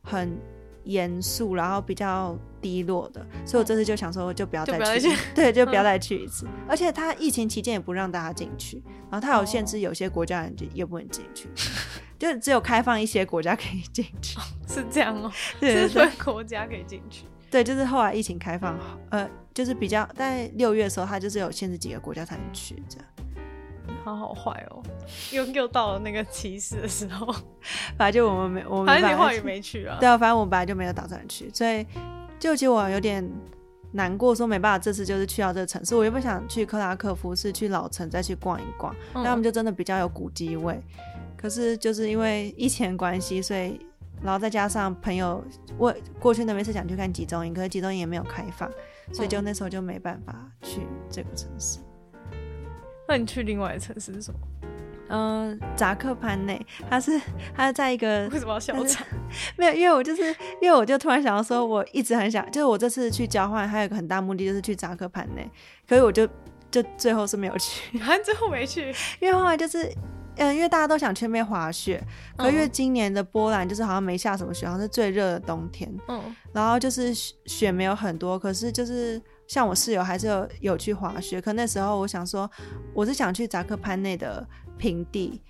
很严肃，然后比较低落的，所以我这次就想说，就不要就再不要去再，嗯对，就不要再去一次。而且他疫情期间也不让大家进去，然后他有限哦制，有些国家人就也不能进去， *laughs* *laughs* 就只有开放一些国家可以进去。是这样哦，对是对分国家可以进去。对，就是后来疫情开放后，呃，就是比较在六月的时候，它就是有限制几个国家才能去这样。好好坏哦，又又到了那个歧视的时 *laughs* 候，反正就我们没，我们还是本你来话语是没去啊？对啊，反正我本来就没有打算去，所以就其实我有点难过，说没办法，这次就是去到这个城市。我原本想去克拉克夫，是去老城再去逛一逛，嗯那我们就真的比较有古迹味。可是就是因为疫情的关系，所以然后再加上朋友，我过去那边是想去看集中营，可是集中营也没有开放，所以就嗯那时候就没办法去这个城市。那你去另外的城市是什么？嗯、扎克潘内，它是 *laughs* 它在一 *laughs* 个为什么要笑 *laughs* 场？没有，因为我就是因为我就突然想到说，我一直很想，就是我这次去交换还有一个很大目的就是去扎克盘内，可是我就就最后是没有去， *laughs* 你还最后没去，因为后来就是。嗯，因为大家都想去那边滑雪，可嗯因为今年的波兰就是好像没下什么雪，好像是最热的冬天，嗯然后就是雪雪没有很多，可是就是像我室友还是有有去滑雪，可那时候我想说，我是想去扎克潘内的平地，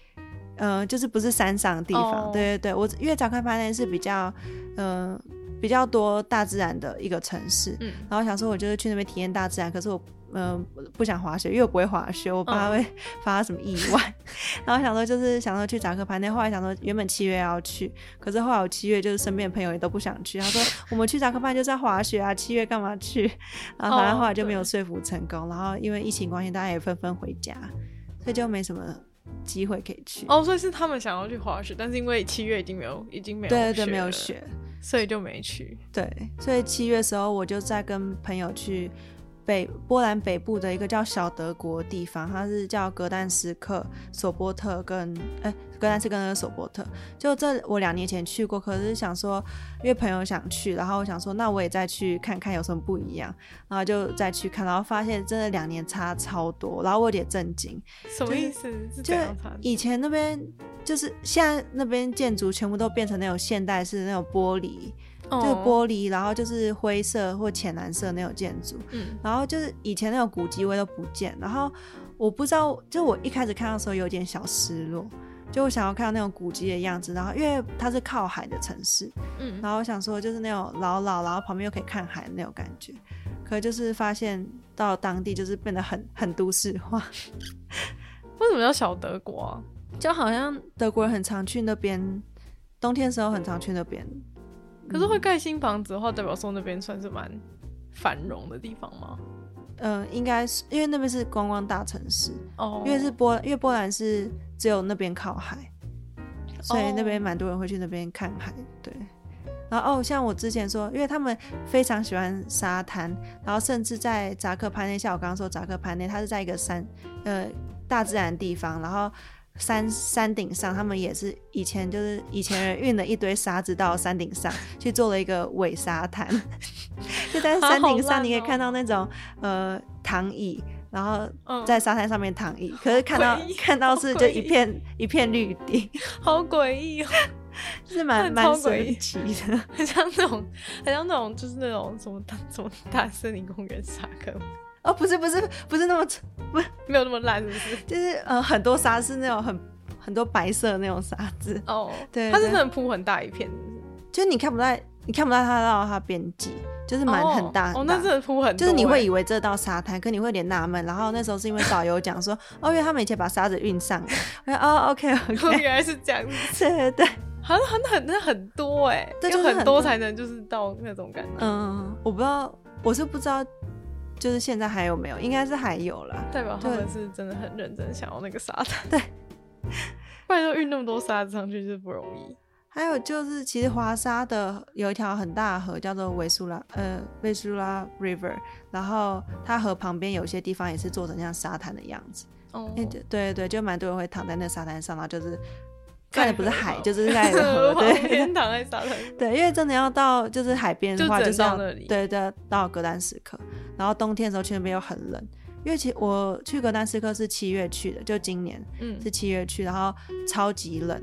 呃，就是不是山上的地方，哦对对对，我因为扎克潘内是比较，呃，比较多大自然的一个城市，嗯，然后想说我就是去那边体验大自然，可是我。嗯、不想滑雪，因为我不会滑雪，我怕嗯会发生什么意外。 *laughs* 然后想说就是想说去扎克潘内，后来想说原本七月要去，可是后来我七月就是身边的朋友也都不想去，他说我们去扎克曼就是要滑雪啊，七月干嘛去？然后反正哦后来就没有对说服成功，然后因为疫情关系，大家也纷纷回家，所以就没什么机会可以去。哦，所以是他们想要去滑雪，但是因为七月已经没有，已经没有，对对对，没有，雪。所以就没去。对，所以七月的时候我就在跟朋友去北波兰北部的一个叫小德国的地方，它是叫格但斯克、索波特跟哎、格但斯克跟索波特。就这我两年前去过，可是想说因为朋友想去，然后我想说那我也再去看看有什么不一样，然后就再去看，然后发现真的两年差超多，然后我有点震惊，什么意思？是就怎样差？以前那边就是现在那边建筑全部都变成那种现代式的那种玻璃。就是哦，玻璃，然后就是灰色或浅蓝色那种建筑，嗯，然后就是以前那种古迹味都不见。然后我不知道，就我一开始看到的时候有点小失落，就我想要看到那种古迹的样子。然后因为它是靠海的城市，嗯，然后我想说就是那种老老，然后旁边又可以看海的那种感觉。可就是发现到当地就是变得很很都市化， *laughs* 为什么叫小德国啊？就好像德国人很常去那边，冬天的时候很常去那边。可是会盖新房子的话，代表说那边算是蛮繁荣的地方吗？嗯、应该是因为那边是观光大城市，哦，因为是波，因为波兰是只有那边靠海，所以那边哦蛮多人会去那边看海。对，然后哦，像我之前说，因为他们非常喜欢沙滩，然后甚至在扎克潘内，像我刚刚说扎克潘内，它是在一个山，呃，大自然的地方，然后。山山顶上，他们也是以前就是以前人运了一堆沙子到山顶上 *laughs* 去做了一个伪沙滩， *laughs* 就在山好顶烂上你可以哦看到那种呃躺椅，然后嗯在沙滩上面躺椅，可是 *laughs* 看到诡异看到是好就诡异一片一片绿地，好诡异哦， *laughs* 就是蛮看蛮 *laughs* 超诡神异奇的。很像那种，很像那种，就是那种什么大什么大森林公园沙坑，哦，不是不是不是那么粗，没有那么烂，是不 *laughs* 是？就是呃很多沙是那种很很多白色的那种沙子，哦，对它是对真的铺很大一片，是不是就是你看不到你看不到它到它边际，就是蛮很大哦，哦很大。那真的铺很多欸，就是你会以为为这到沙滩，可你会有点纳闷。然后那时候是因为导游讲说，哦，因为他们以前把沙子运上来。我说哦 *laughs*，OK OK，哎原来是这样子，对 *laughs* 对对，好像很很那很多哎，对有就是很很多多才能就是到那种感觉，嗯，我不知道，我是不知道，就是现在还有没有？应该是还有啦。代表他对们是真的很认真想要那个沙滩，对， *laughs* 不然就运那么多沙子上去是不容易。还有就是，其实华沙的有一条很大的河叫做维苏拉，呃，维苏拉 River，然后它河旁边有些地方也是做成像沙滩的样子。哦哎、对对对，就蛮多人会躺在那沙滩上，然后就是在看的不是河海，旁就是 *laughs* 在河，旁对边躺在沙滩 *laughs* 上，对，因为真的要到就是海边的就话，只就能是要到那里对对，到格丹斯克，然后冬天的时候去那边又很冷，因为其我去格丹斯克是七月去的，就今年，嗯，是七月去，然后超级冷，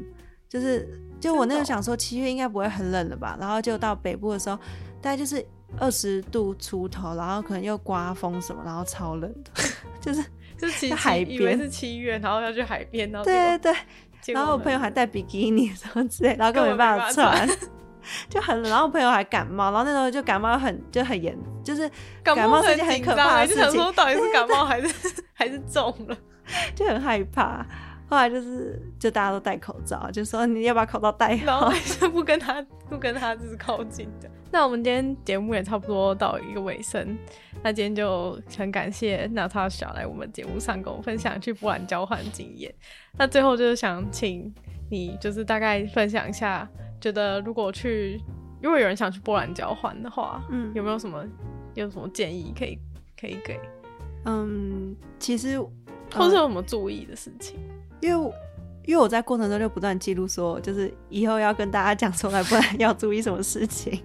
就是就我那时候想说七月应该不会很冷了吧，然后就到北部的时候，大概就是二十度出头，然后可能又刮风什么，然后超冷的，就是就其实在海以为边是七月，然后要去 *laughs* 海边，然后结哦对果对对，哦结果然后我朋友还带比基尼什么之类，然后根本没办法根本穿，就很冷，然后朋友还感冒，然后那时候就感冒很就很严，就是 *laughs* 感感冒很是一件很紧可张怕欸的事就情想，说到底是感 *laughs* 冒还是 *laughs* 还是中了。就很害怕。后来就是就大家都戴口罩，就说你要把口罩戴然后好还。是不跟他不跟他就是靠近的。那我们今天节目也差不多到一个尾声，那今天就很感谢娜塔莎来我们节目上跟我分享去波兰交换经验。那最后就是想请你就是大概分享一下，觉得如果去如果有人想去波兰交换的话，嗯有没有什么有什么建议可以可以给，嗯，其实或呃者有什么注意的事情？因为我因为我在过程中就不断记录说，就是以后要跟大家讲说来， *laughs* 不然要注意什么事情。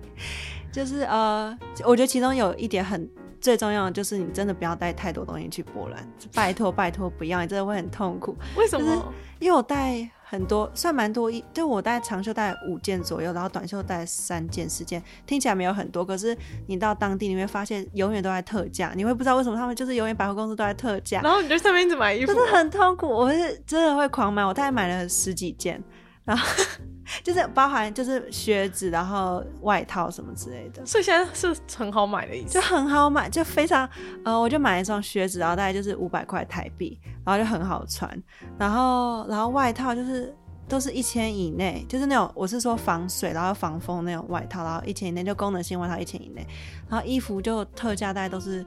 就是呃，我觉得其中有一点很最重要的就是，你真的不要带太多东西去波兰，拜托拜托不要，你真的会很痛苦。为什就么？因为我带很多，算蛮多一，就我带长袖带五件左右，然后短袖带三件四件，听起来没有很多，可是你到当地你会发现永远都在特价，你会不知道为什么他们就是永远百货公司都在特价，然后你就上面一直买衣服真，的很痛苦，我是真的会狂买，我大概买了十几件，然后 *laughs* 就是包含就是靴子，然后外套什么之类的，所以现在是很好买的意思就。很好买，就非常呃，我就买了一双靴子，然后大概就是五百块台币，然后就很好穿，然后然后外套就是。都是一千以内，就是那种我是说防水，然后防风那种外套，然后一千以内就功能性外套一千以内，然后衣服就特价大概都是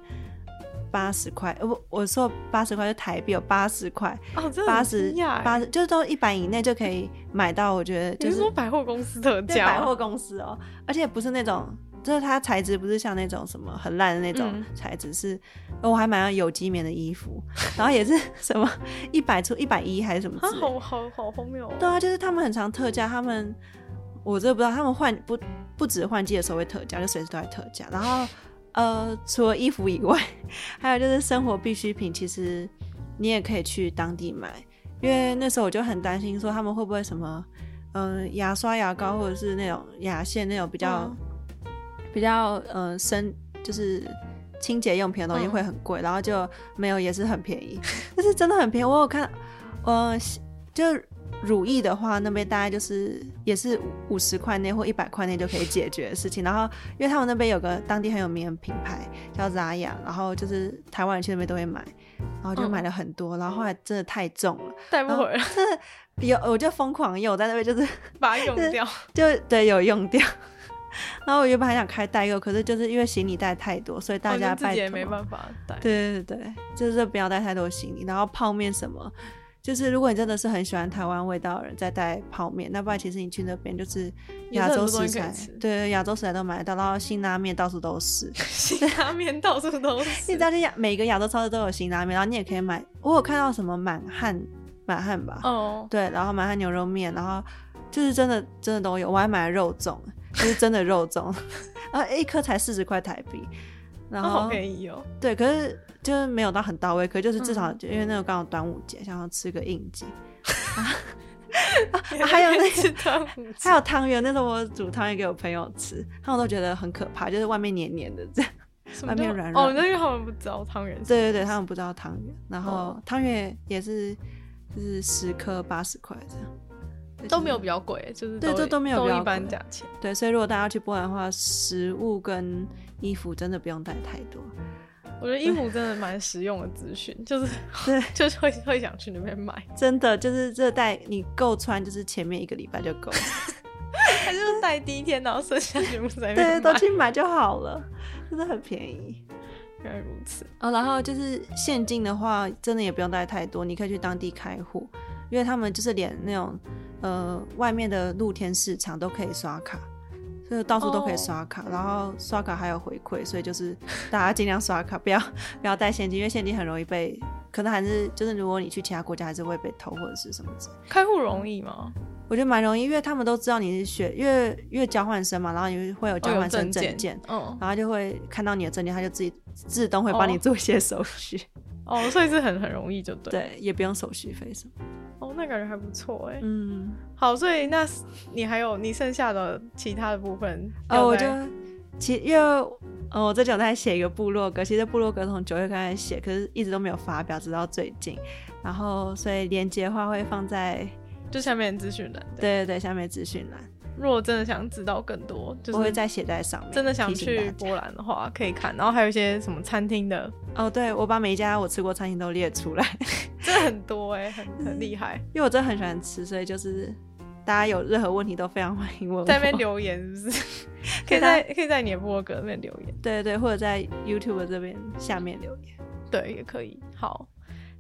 八十块，呃不，我说八十块就台币有八十块，哦，真的八很十惊讶八欸。十就是都一百以内就可以买到，我觉得你就是是说百货公司特对价？百货公司哦，而且不是那种，就是它材质不是像那种什么很烂的那种嗯材质，是哦我还买了有机棉的衣服，然后也是什么 *laughs* 一百出一百一还是什么之啊，类的，好好好荒谬、哦。对啊，就是他们很常特价，他们我真的不知道，他们换不不止换季的时候会特价，就随时都在特价，然后呃，除了衣服以外， *laughs* 还有就是生活必需品，其实你也可以去当地买，因为那时候我就很担心说他们会不会什么，嗯、牙刷、牙膏或者是那种牙线那种比较、嗯比较嗯、呃深就是。清洁用品的东西嗯会很贵，然后就没有也是很便宜， *laughs* 但是真的很便宜。我有看，嗯、就乳液的话，那边大概就是也是五十块内或一百块内就可以解决的事情。然后，因为他们那边有个当地很有名的品牌叫 Zaya，然后就是台湾人去那边都会买，然后就嗯买了很多。然后后来真的太重了，带不回来，有我就疯狂用，在那边就是 *laughs* 把它用掉。就对有用掉。 *laughs* 然后我原本还想开代购，可是就是因为行李带太多，所以大哦家你自拜己也托没办法带。 *laughs* 对对对，就是不要带太多行李，然后泡面什么，就是如果你真的是很喜欢台湾味道的人，再带泡面，那不然其实你去那边就是也亚是很洲多东食西可以材吃，对亚洲食材都买得到，然后辛拉面到处都是，辛拉面到处都你 *laughs* 是知。道去亚每个亚洲超市都有辛拉面，然后你也可以买，我有看到什么满汉满汉吧，哦，对，然后满汉牛肉面，然后就是真的真的都有，我还买了肉粽，就是真的肉粽， *laughs* 然后一颗才四十块台币，那然后好便宜哦。对，可是就是没有到很到位，可是就是至嗯少就因为那个刚好端午节，想要吃个应景。 *laughs* 还有那 *laughs* 个吃汤姆，还有汤圆，那时候我煮汤圆给我朋友吃，他们都觉得很可怕，就是外面黏黏的这样。 *laughs* 什么外叫面软软哦，那因为他们不知道汤圆。对对对，他们不知道汤圆，然后哦汤圆也是就是十颗八十块这样，对都没有就比是较贵，就是对都都都没有比较一般贵价钱。对，所以如果大家去波兰的话，食物跟衣服真的不用带太多。我 *laughs* 觉得衣服真的蛮实用的资讯，就是对 *laughs* 就是会会想去那边买，真的就是这带你够穿，就是前面一个礼拜就够了。 *laughs* 他就是带第一天，然后剩下全部在那对，边都买。去买就好了，真的很便宜。原来如此。哦，然后就是现金的话，真的也不用带太多，你可以去当地开户，因为他们就是连那种呃外面的露天市场都可以刷卡，所以到处都可以哦刷卡，然后刷卡还有回馈，所以就是大家尽量刷卡，不要不要带现金，因为现金很容易被，可能还是就是如果你去其他国家还是会被偷或者是什么之类的。开户容易吗？我觉得蛮容易，因为他们都知道你是学，因为因为交换生嘛，然后你会有哦交有换生证证件，，哦嗯，然后就会看到你的证件，他就自己自动会帮你哦做一些手续，哦，所以是很很容易就对。，对，也不用手续费什么。哦，那感觉还不错哎。嗯，好，所以那你还有你剩下的其他的部分呃，我要就再，其因为呃，我最近有在写一个部落格，其实部落格从九月开始写，可是一直都没有发表，直到最近。然后，所以连接的话会放在就下面资讯栏。对对对下面资讯栏。如果真的想知道更多，就是我会再写在上面。真的想提醒大去家波兰的话，可以看。然后还有一些什么餐厅的，哦，对，我把每一家我吃过餐厅都列出来， *laughs* 真的很多哎、很很厉害。因为我真的很喜欢吃，所以就是大家有任何问题都非常欢迎问我。在那边留言是不是？可以在可以在你的部落格那边留言，对对，或者在 YouTube 这边下面留言。对，也可以。好，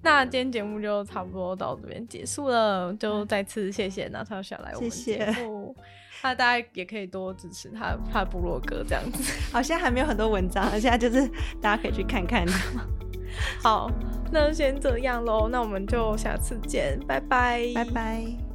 那今天节目就差不多到这边结束了，就再次谢谢娜塔莎来我们谢节谢目。 *laughs* 那大家也可以多支持他他的部落格这样子。 *laughs* 好，现在还没有很多文章，现在就是大家可以去看 *laughs* 看。好，那先这样喽，那我们就下次见，拜拜，拜。拜。